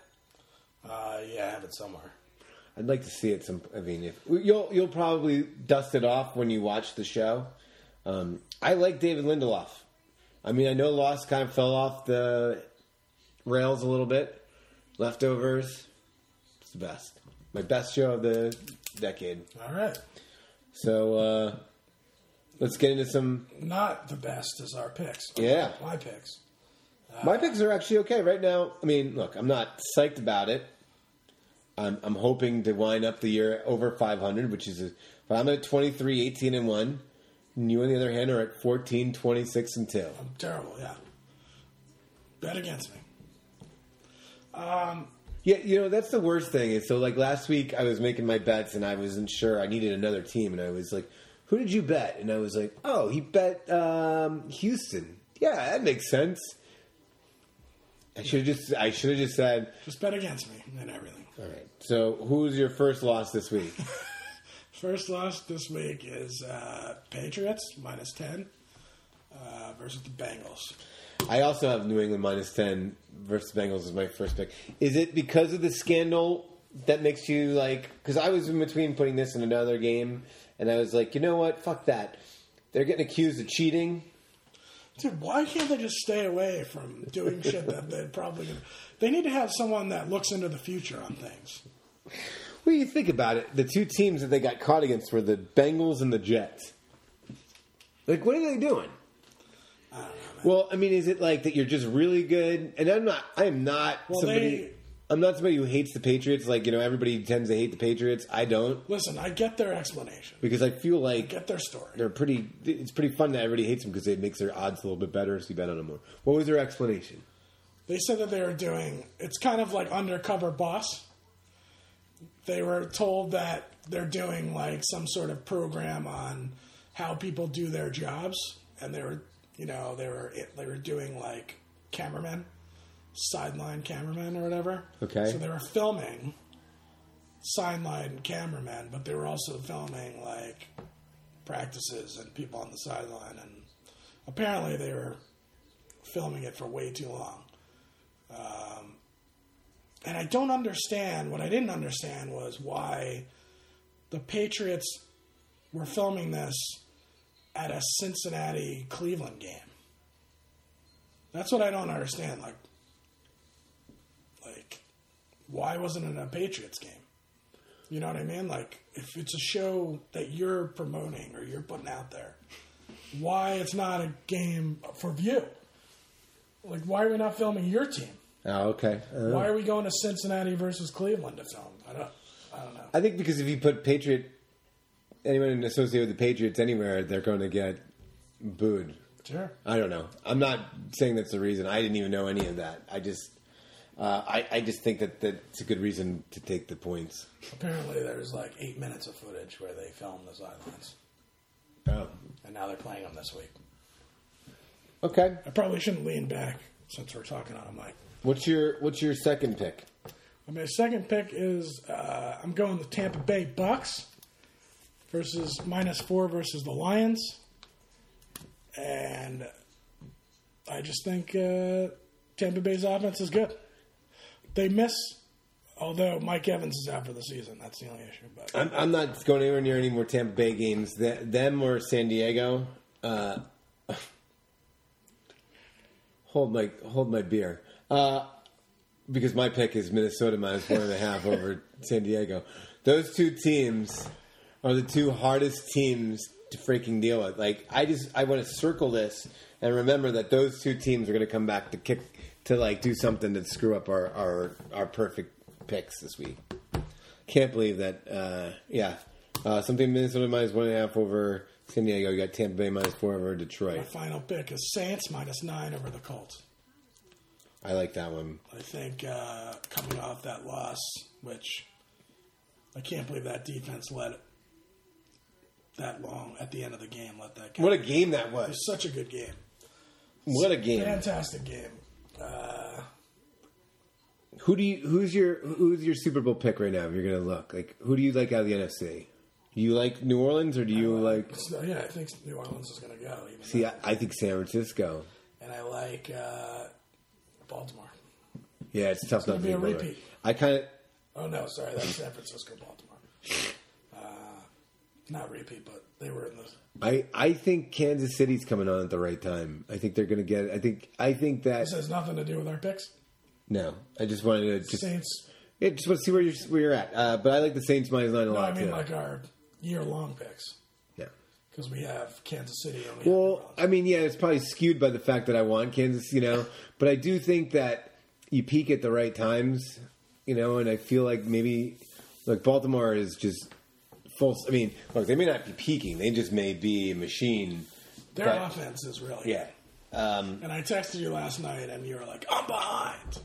Uh, yeah, I have it somewhere.
I'd like to see it. Some, I mean, if, you'll you'll probably dust it off when you watch the show. Um, I like David Lindelof. I mean, I know Lost kind of fell off the rails a little bit. Leftovers, it's the best. My best show of the decade.
All right.
So uh, let's get into some.
Not the best is our picks.
Yeah.
My picks.
My picks are actually okay right now. I mean, look, I'm not psyched about it. I'm, I'm hoping to wind up the year over 500, which is, a, but I'm at 23, 18, and 1. And you, on the other hand, are at 14, 26, and 2.
I'm terrible, yeah. Bet against me.
Yeah, you know, that's the worst thing. Is so, like, last week I was making my bets and I wasn't sure. I needed another team. And I was like, who did you bet? And I was like, oh, he bet um, Houston. Yeah, that makes sense. I should have just, I should have just said,
Just bet against me and everything.
all right, so who's your first loss this week?
First loss this week is uh, Patriots minus ten uh, versus the Bengals.
I also have New England minus ten versus Bengals as my first pick. Is it because of the scandal that makes you like? Because I was in between putting this in another game, and I was like, you know what? Fuck that. They're getting accused of cheating.
Dude, why can't they just stay away from doing shit that they probably gonna, they need to have someone that looks into the future on things.
Well, you think about it. The two teams that they got caught against were the Bengals and the Jets. Like, what are they doing?
I don't know, man.
Well, I mean, is it like that you're just really good? And I'm not. I am not
Well,
somebody.
they-
I'm not somebody who hates the Patriots. Like you know, everybody tends to hate the Patriots. I don't
Listen, I get their explanation,
because I feel like
get their story.
they're pretty. It's pretty fun that everybody hates them because it makes their odds a little bit better. So you bet on them more. What was their explanation?
They said that they were doing it's kind of like undercover boss. They were told that they're doing like some sort of program on how people do their jobs, and they were, you know, they were they were doing like cameramen, sideline cameramen or whatever.
Okay.
So they were filming sideline cameramen, but they were also filming like practices and people on the sideline, and apparently they were filming it for way too long. And I don't understand. What I didn't understand was why the Patriots were filming this at a Cincinnati Cleveland game. That's what I don't understand. Like, like, why wasn't it a Patriots game? You know what I mean? Like, if it's a show that you're promoting or you're putting out there, why it's not a game for view? Like, why are we not filming your team?
Oh, okay. Uh,
Why are we going to Cincinnati versus Cleveland to film? I don't, I don't know.
I think because if you put Patriot, anyone associated with the Patriots anywhere, they're going to get booed.
Sure.
I don't know. I'm not saying that's the reason. I didn't even know any of that. I just, uh, I, I just think that that's a good reason to take the points.
Apparently, there's like eight minutes of footage where they filmed the sidelines,
Oh,
and now they're playing them this week.
okay.
I probably shouldn't lean back since we're talking on a mic.
What's your What's your second pick?
I mean, second pick is uh, I'm going the Tampa Bay Bucks versus minus four versus the Lions, and I just think uh, Tampa Bay's offense is good. They miss, although Mike Evans is out for the season. That's the only issue. But
I'm, I'm not going anywhere near any more Tampa Bay games. Th- them or San Diego. Uh, hold my hold my beer, uh, because my pick is Minnesota minus one and a half over San Diego. Those two teams are the two hardest teams to freaking deal with. Like I just I want to circle this and remember that those two teams are going to come back to kick to like do something to screw up our our, our perfect picks this week. Can't believe that. Uh, yeah, uh, something Minnesota minus one and a half over San Diego. You got Tampa Bay minus four over Detroit.
my final pick is Saints minus nine over the Colts.
I like that one.
I think uh, coming off that loss, which I can't believe that defense let that long at the end of the game let that.
What a game that was!
It's such a good game.
What a game!
Fantastic game.
Who do you? Who's your? Who's your Super Bowl pick right now? If you're gonna look, like who do you like out of the NFC? You like New Orleans, or do you like?
So, yeah, I think New Orleans is going to go. Even
See, I, I think San Francisco.
and I like uh, Baltimore.
Yeah, it's tough not to
be a
think about it.
repeat.
I kind of
Oh no, sorry, that's San Francisco, Baltimore. Uh, not repeat, but they were in the.
I, I think Kansas City's coming on at the right time. I think they're going to get. it. I think I think that
This has nothing to do with our picks.
no. I just wanted to just
Saints.
yeah, just want to see where you're where you're at. Uh, but I like the Saints minus nine a
No, I
lot
mean
too.
like our year-long picks
yeah.
because we have Kansas City. And we
Well,
have
I mean, yeah, it's probably skewed by the fact that I want Kansas, you know. But I do think that you peak at the right times, you know. And I feel like maybe like Baltimore is just full. I mean, look, they may not be peaking; they just may be a machine.
their
but-
offense is really
Yeah.
And I texted you last night, and you were like, "I'm behind."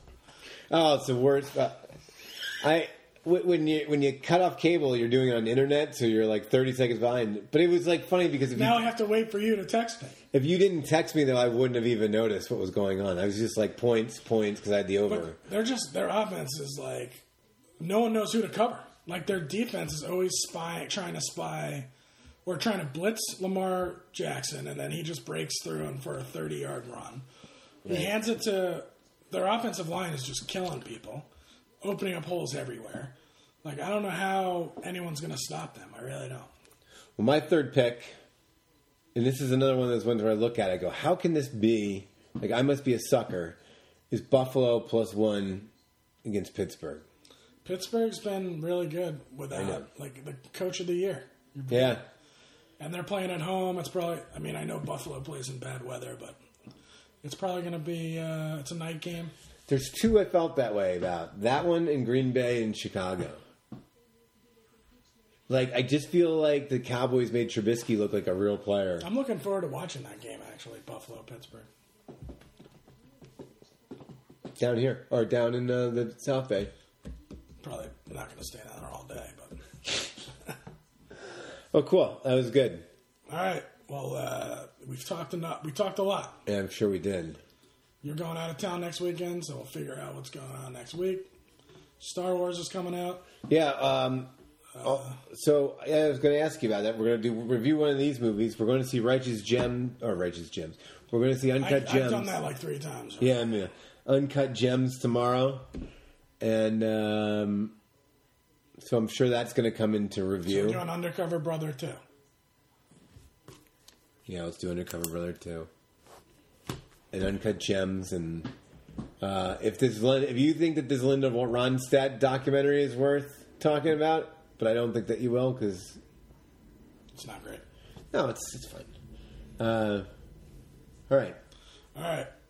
Oh, it's the worst. Uh, I wh- when you when you cut off cable, you're doing it on the internet, so you're like 30 seconds behind. But it was like funny because if
Now I
you,
have to wait for you to text me.
if you didn't text me though, I wouldn't have even noticed what was going on. I was just like points, points because I had the over.
But they're just their offense is like no one knows who to cover. Like their defense is always spying, trying to spy or trying to blitz Lamar Jackson, and then he just breaks through and for a thirty-yard run. He hands it to their offensive line is just killing people, opening up holes everywhere. Like I don't know how anyone's going to stop them. I really don't.
Well, my third pick, and this is another one of those ones where I look at, it, I go, how can this be? Like I must be a sucker. Is Buffalo plus one against Pittsburgh?
Pittsburgh's been really good without like the coach of the year.
Yeah,
And they're playing at home. It's probably. I mean, I know Buffalo plays in bad weather, but it's probably going to be. Uh, it's a night game.
there's two I felt that way about that one in Green Bay and Chicago. Like I just feel like the Cowboys made Trubisky look like a real player.
I'm looking forward to watching that game. Actually, Buffalo Pittsburgh.
down here or down in uh, the South Bay.
Probably not going to stay down there all day, but
Oh, cool! That was good.
all right. Well, uh, we've talked enough. We talked a lot.
Yeah, I'm sure we did.
You're going out of town next weekend, so we'll figure out what's going on next week. Star Wars is coming out.
Yeah. Um, oh, so yeah, I was going to ask you about that. We're going to do review one of these movies. We're going to see Righteous Gem or Righteous Gems. We're going to see
I,
Uncut
I've
Gems.
done that like three times.
Yeah, I'm gonna uncut gems tomorrow, and um, so I'm sure that's going to come into
You're
review.
doing Undercover Brother too.
yeah, let's do Undercover Brother too, and uncut gems. And uh, if this Lin- if you think that this Linda Ronstadt documentary is worth talking about, but I don't think that you will because
It's not great.
no, it's it's fun. Uh, all right,
All right.